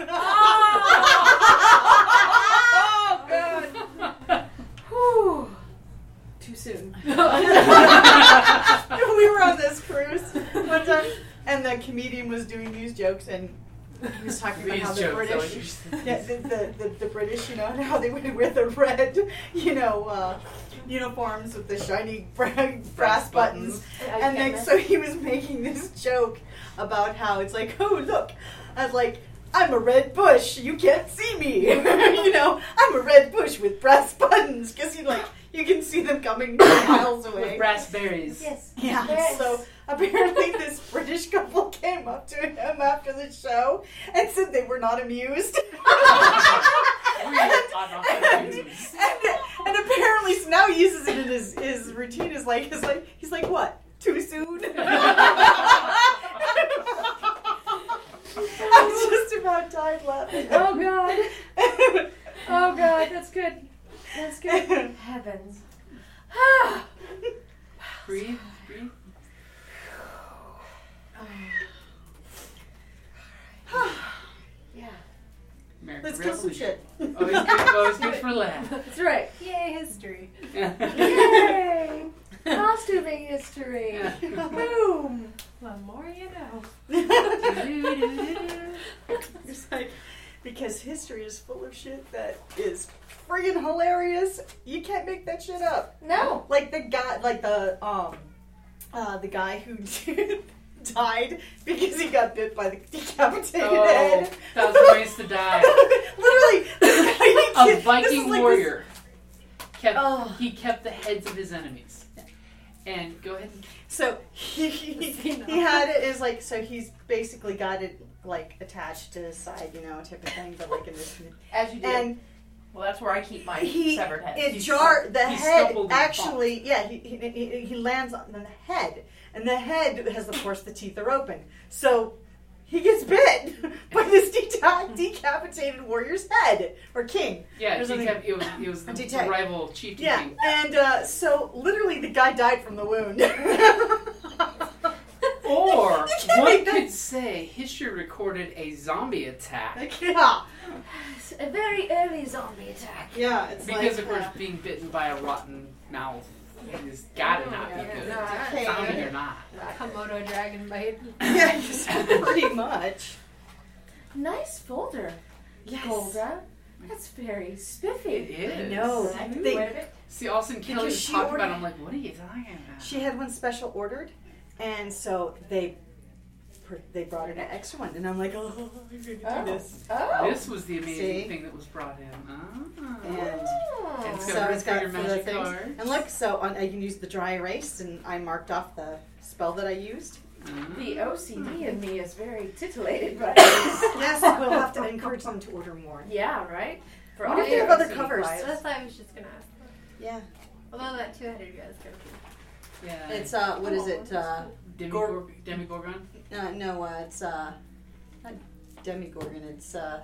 Speaker 1: oh,
Speaker 3: God.
Speaker 1: Whew.
Speaker 3: Too soon.
Speaker 1: we were on this cruise one time, and the comedian was doing these jokes, and he was talking about
Speaker 3: These
Speaker 1: how the
Speaker 3: jokes, I
Speaker 1: British,
Speaker 3: understand.
Speaker 1: yeah, the, the, the, the British, you know, and how they would wear the red, you know, uh, uniforms with the shiny bra- brass buttons,
Speaker 3: Yeah, you
Speaker 1: and then
Speaker 3: can't miss.
Speaker 1: so he was making this joke about how it's like, oh look, I was like. I'm a red bush. You can't see me. you know, I'm a red bush with brass buttons because you like you can see them coming miles away.
Speaker 2: With brass berries.
Speaker 1: Yes. Yeah. So apparently, this British couple came up to him after the show and said they were not amused. and, and- and apparently, so now he uses it in his, his routine. Is like, is like, he's like, what? Too soon. I just about died laughing.
Speaker 9: Oh god. Oh god, that's good. That's good. Heavens.
Speaker 2: Breathe, breathe.
Speaker 9: yeah.
Speaker 2: American
Speaker 1: Let's kill some
Speaker 2: Revolution.
Speaker 1: shit.
Speaker 2: Always good, always good for a laugh.
Speaker 9: That's right.
Speaker 5: Yay, history.
Speaker 9: Yay! Costuming history. Boom.
Speaker 5: The more you know.
Speaker 1: It's like, because history is full of shit that is friggin' hilarious. You can't make that shit up.
Speaker 9: No.
Speaker 1: Like the guy, like the um, uh, the guy who died because he got bit by the decapitated
Speaker 2: Oh,
Speaker 1: head.
Speaker 2: that was a ways to die.
Speaker 1: Literally, this guy, he
Speaker 2: a
Speaker 1: kid- this
Speaker 2: Viking
Speaker 1: is like this-
Speaker 2: warrior kept
Speaker 1: Oh.
Speaker 2: he kept the heads of his enemies. And go ahead.
Speaker 1: So he, he, he had it is like so he's basically got it like attached to his side, you know, type of thing, but like in this
Speaker 3: As you do.
Speaker 1: And
Speaker 3: well, that's where I keep my
Speaker 1: he
Speaker 3: severed head.
Speaker 1: it
Speaker 3: He's-
Speaker 1: jarred the
Speaker 3: he
Speaker 1: head
Speaker 3: stumbled and
Speaker 1: actually yeah he, he, he, he lands on the head and the head has of course the teeth are open so he gets bit by this deca- decapitated warrior's head or king
Speaker 2: Yeah,
Speaker 1: or something.
Speaker 2: decap- it was, it was the,
Speaker 1: Detect.
Speaker 2: rival chieftain.
Speaker 1: yeah
Speaker 2: king.
Speaker 1: and uh, so literally the guy died from the wound
Speaker 2: Or
Speaker 1: You can't
Speaker 2: one
Speaker 1: make that-
Speaker 2: could say history recorded a zombie attack.
Speaker 1: Yeah.
Speaker 9: A very early zombie attack.
Speaker 1: Yeah, it's
Speaker 2: because
Speaker 1: like,
Speaker 2: of course
Speaker 1: uh,
Speaker 2: being bitten by a rotten mouth is gotta not be good.
Speaker 1: uh,
Speaker 5: yeah.
Speaker 2: Zombie or not.
Speaker 5: Komodo dragon bite.
Speaker 1: pretty much.
Speaker 9: Nice folder.
Speaker 1: Yes.
Speaker 9: Golda. That's very spiffy.
Speaker 2: It is.
Speaker 1: They-
Speaker 9: I moved away a bit.
Speaker 2: See, Austin Kelly
Speaker 1: Because
Speaker 2: was
Speaker 1: she
Speaker 2: talking about. it,
Speaker 1: ordered-
Speaker 2: I'm like, what are you talking about?
Speaker 1: She had one special ordered, and so they per- they brought in an extra one, and I'm like, oh, I'm gonna do
Speaker 2: Oh.
Speaker 1: this.
Speaker 2: This was the amazing
Speaker 1: See?
Speaker 2: thing that was brought in. Ah.
Speaker 1: And,
Speaker 9: Oh.
Speaker 2: And it's
Speaker 1: so it's
Speaker 2: got rid of
Speaker 1: got
Speaker 2: your
Speaker 1: for the
Speaker 2: magic
Speaker 1: things.
Speaker 2: cards.
Speaker 1: And look, so on, I can use the dry erase, and I marked off the spell that I used.
Speaker 9: The OCD in me is very titillated, but
Speaker 1: yes, we'll have to encourage them to order more.
Speaker 9: Yeah, right.
Speaker 1: For What all if they your have other OCD covers? vibes.
Speaker 5: That's what I was just gonna ask.
Speaker 1: Yeah.
Speaker 5: Although that two-headed guy is confused.
Speaker 2: Yeah.
Speaker 1: It's uh, what is it? Uh,
Speaker 2: Demigor- Demigorgon?
Speaker 1: no, no, uh, it's uh, not demigorgon. It's uh,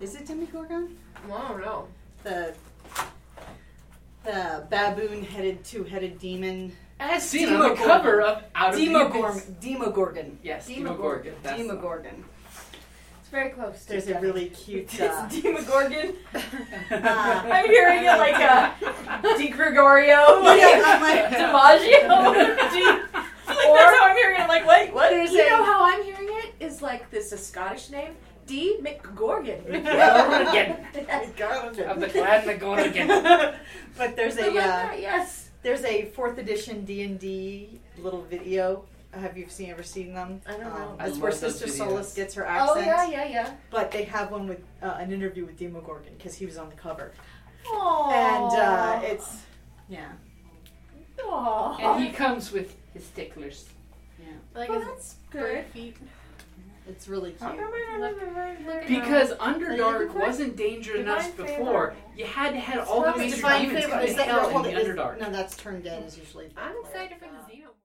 Speaker 1: is it demigorgon?
Speaker 9: I don't know.
Speaker 1: the the baboon-headed, two-headed demon.
Speaker 2: As seen on the cover of Out of the Abyss.
Speaker 1: Demogorgon. Demogorgon.
Speaker 2: Yes, Demogorgon, that's the one.
Speaker 1: Demogorgon.
Speaker 9: It's very close.
Speaker 1: There's a really cute. Uh,
Speaker 3: It's Demogorgon.
Speaker 1: uh,
Speaker 3: I'm hearing it like a Di Gregorio, like
Speaker 1: Yeah, I'm like-
Speaker 3: DiMaggio. Gee. Like, that's how I'm hearing it. I'm like, wait, what is
Speaker 9: you
Speaker 3: it?
Speaker 9: know how I'm hearing it is like this a Scottish name, D McGorgon.
Speaker 2: Gorgon.
Speaker 1: Gorgon.
Speaker 2: Of the clan McGorgon.
Speaker 1: but there's a
Speaker 9: Something like
Speaker 1: uh,
Speaker 9: that, yes.
Speaker 1: There's a fourth edition D and D little video Have you seen ever seen them? I don't
Speaker 3: know. I
Speaker 1: that's where
Speaker 3: love those
Speaker 1: Sister
Speaker 3: videos.
Speaker 1: Solace gets her accent.
Speaker 3: Oh, yeah, yeah, yeah.
Speaker 1: But they have one with uh, an interview with Demogorgon because he was on the cover.
Speaker 3: Aww.
Speaker 1: And uh, it's yeah.
Speaker 3: Aww.
Speaker 2: And he comes with his sticklers. Yeah.
Speaker 3: Like,
Speaker 1: Well,
Speaker 3: that's good. Feet.
Speaker 1: It's really cute.
Speaker 2: Because Underdark wasn't danger enough
Speaker 1: Divine favor.
Speaker 2: before. You had to have all the major
Speaker 1: Divine
Speaker 2: demons
Speaker 1: Favor,
Speaker 2: go
Speaker 1: is
Speaker 2: to
Speaker 1: that-
Speaker 2: hell
Speaker 1: well,
Speaker 2: in the
Speaker 1: is-
Speaker 2: Underdark.
Speaker 1: No, that's Turned Dead is usually.
Speaker 9: I'm excited for the Xeno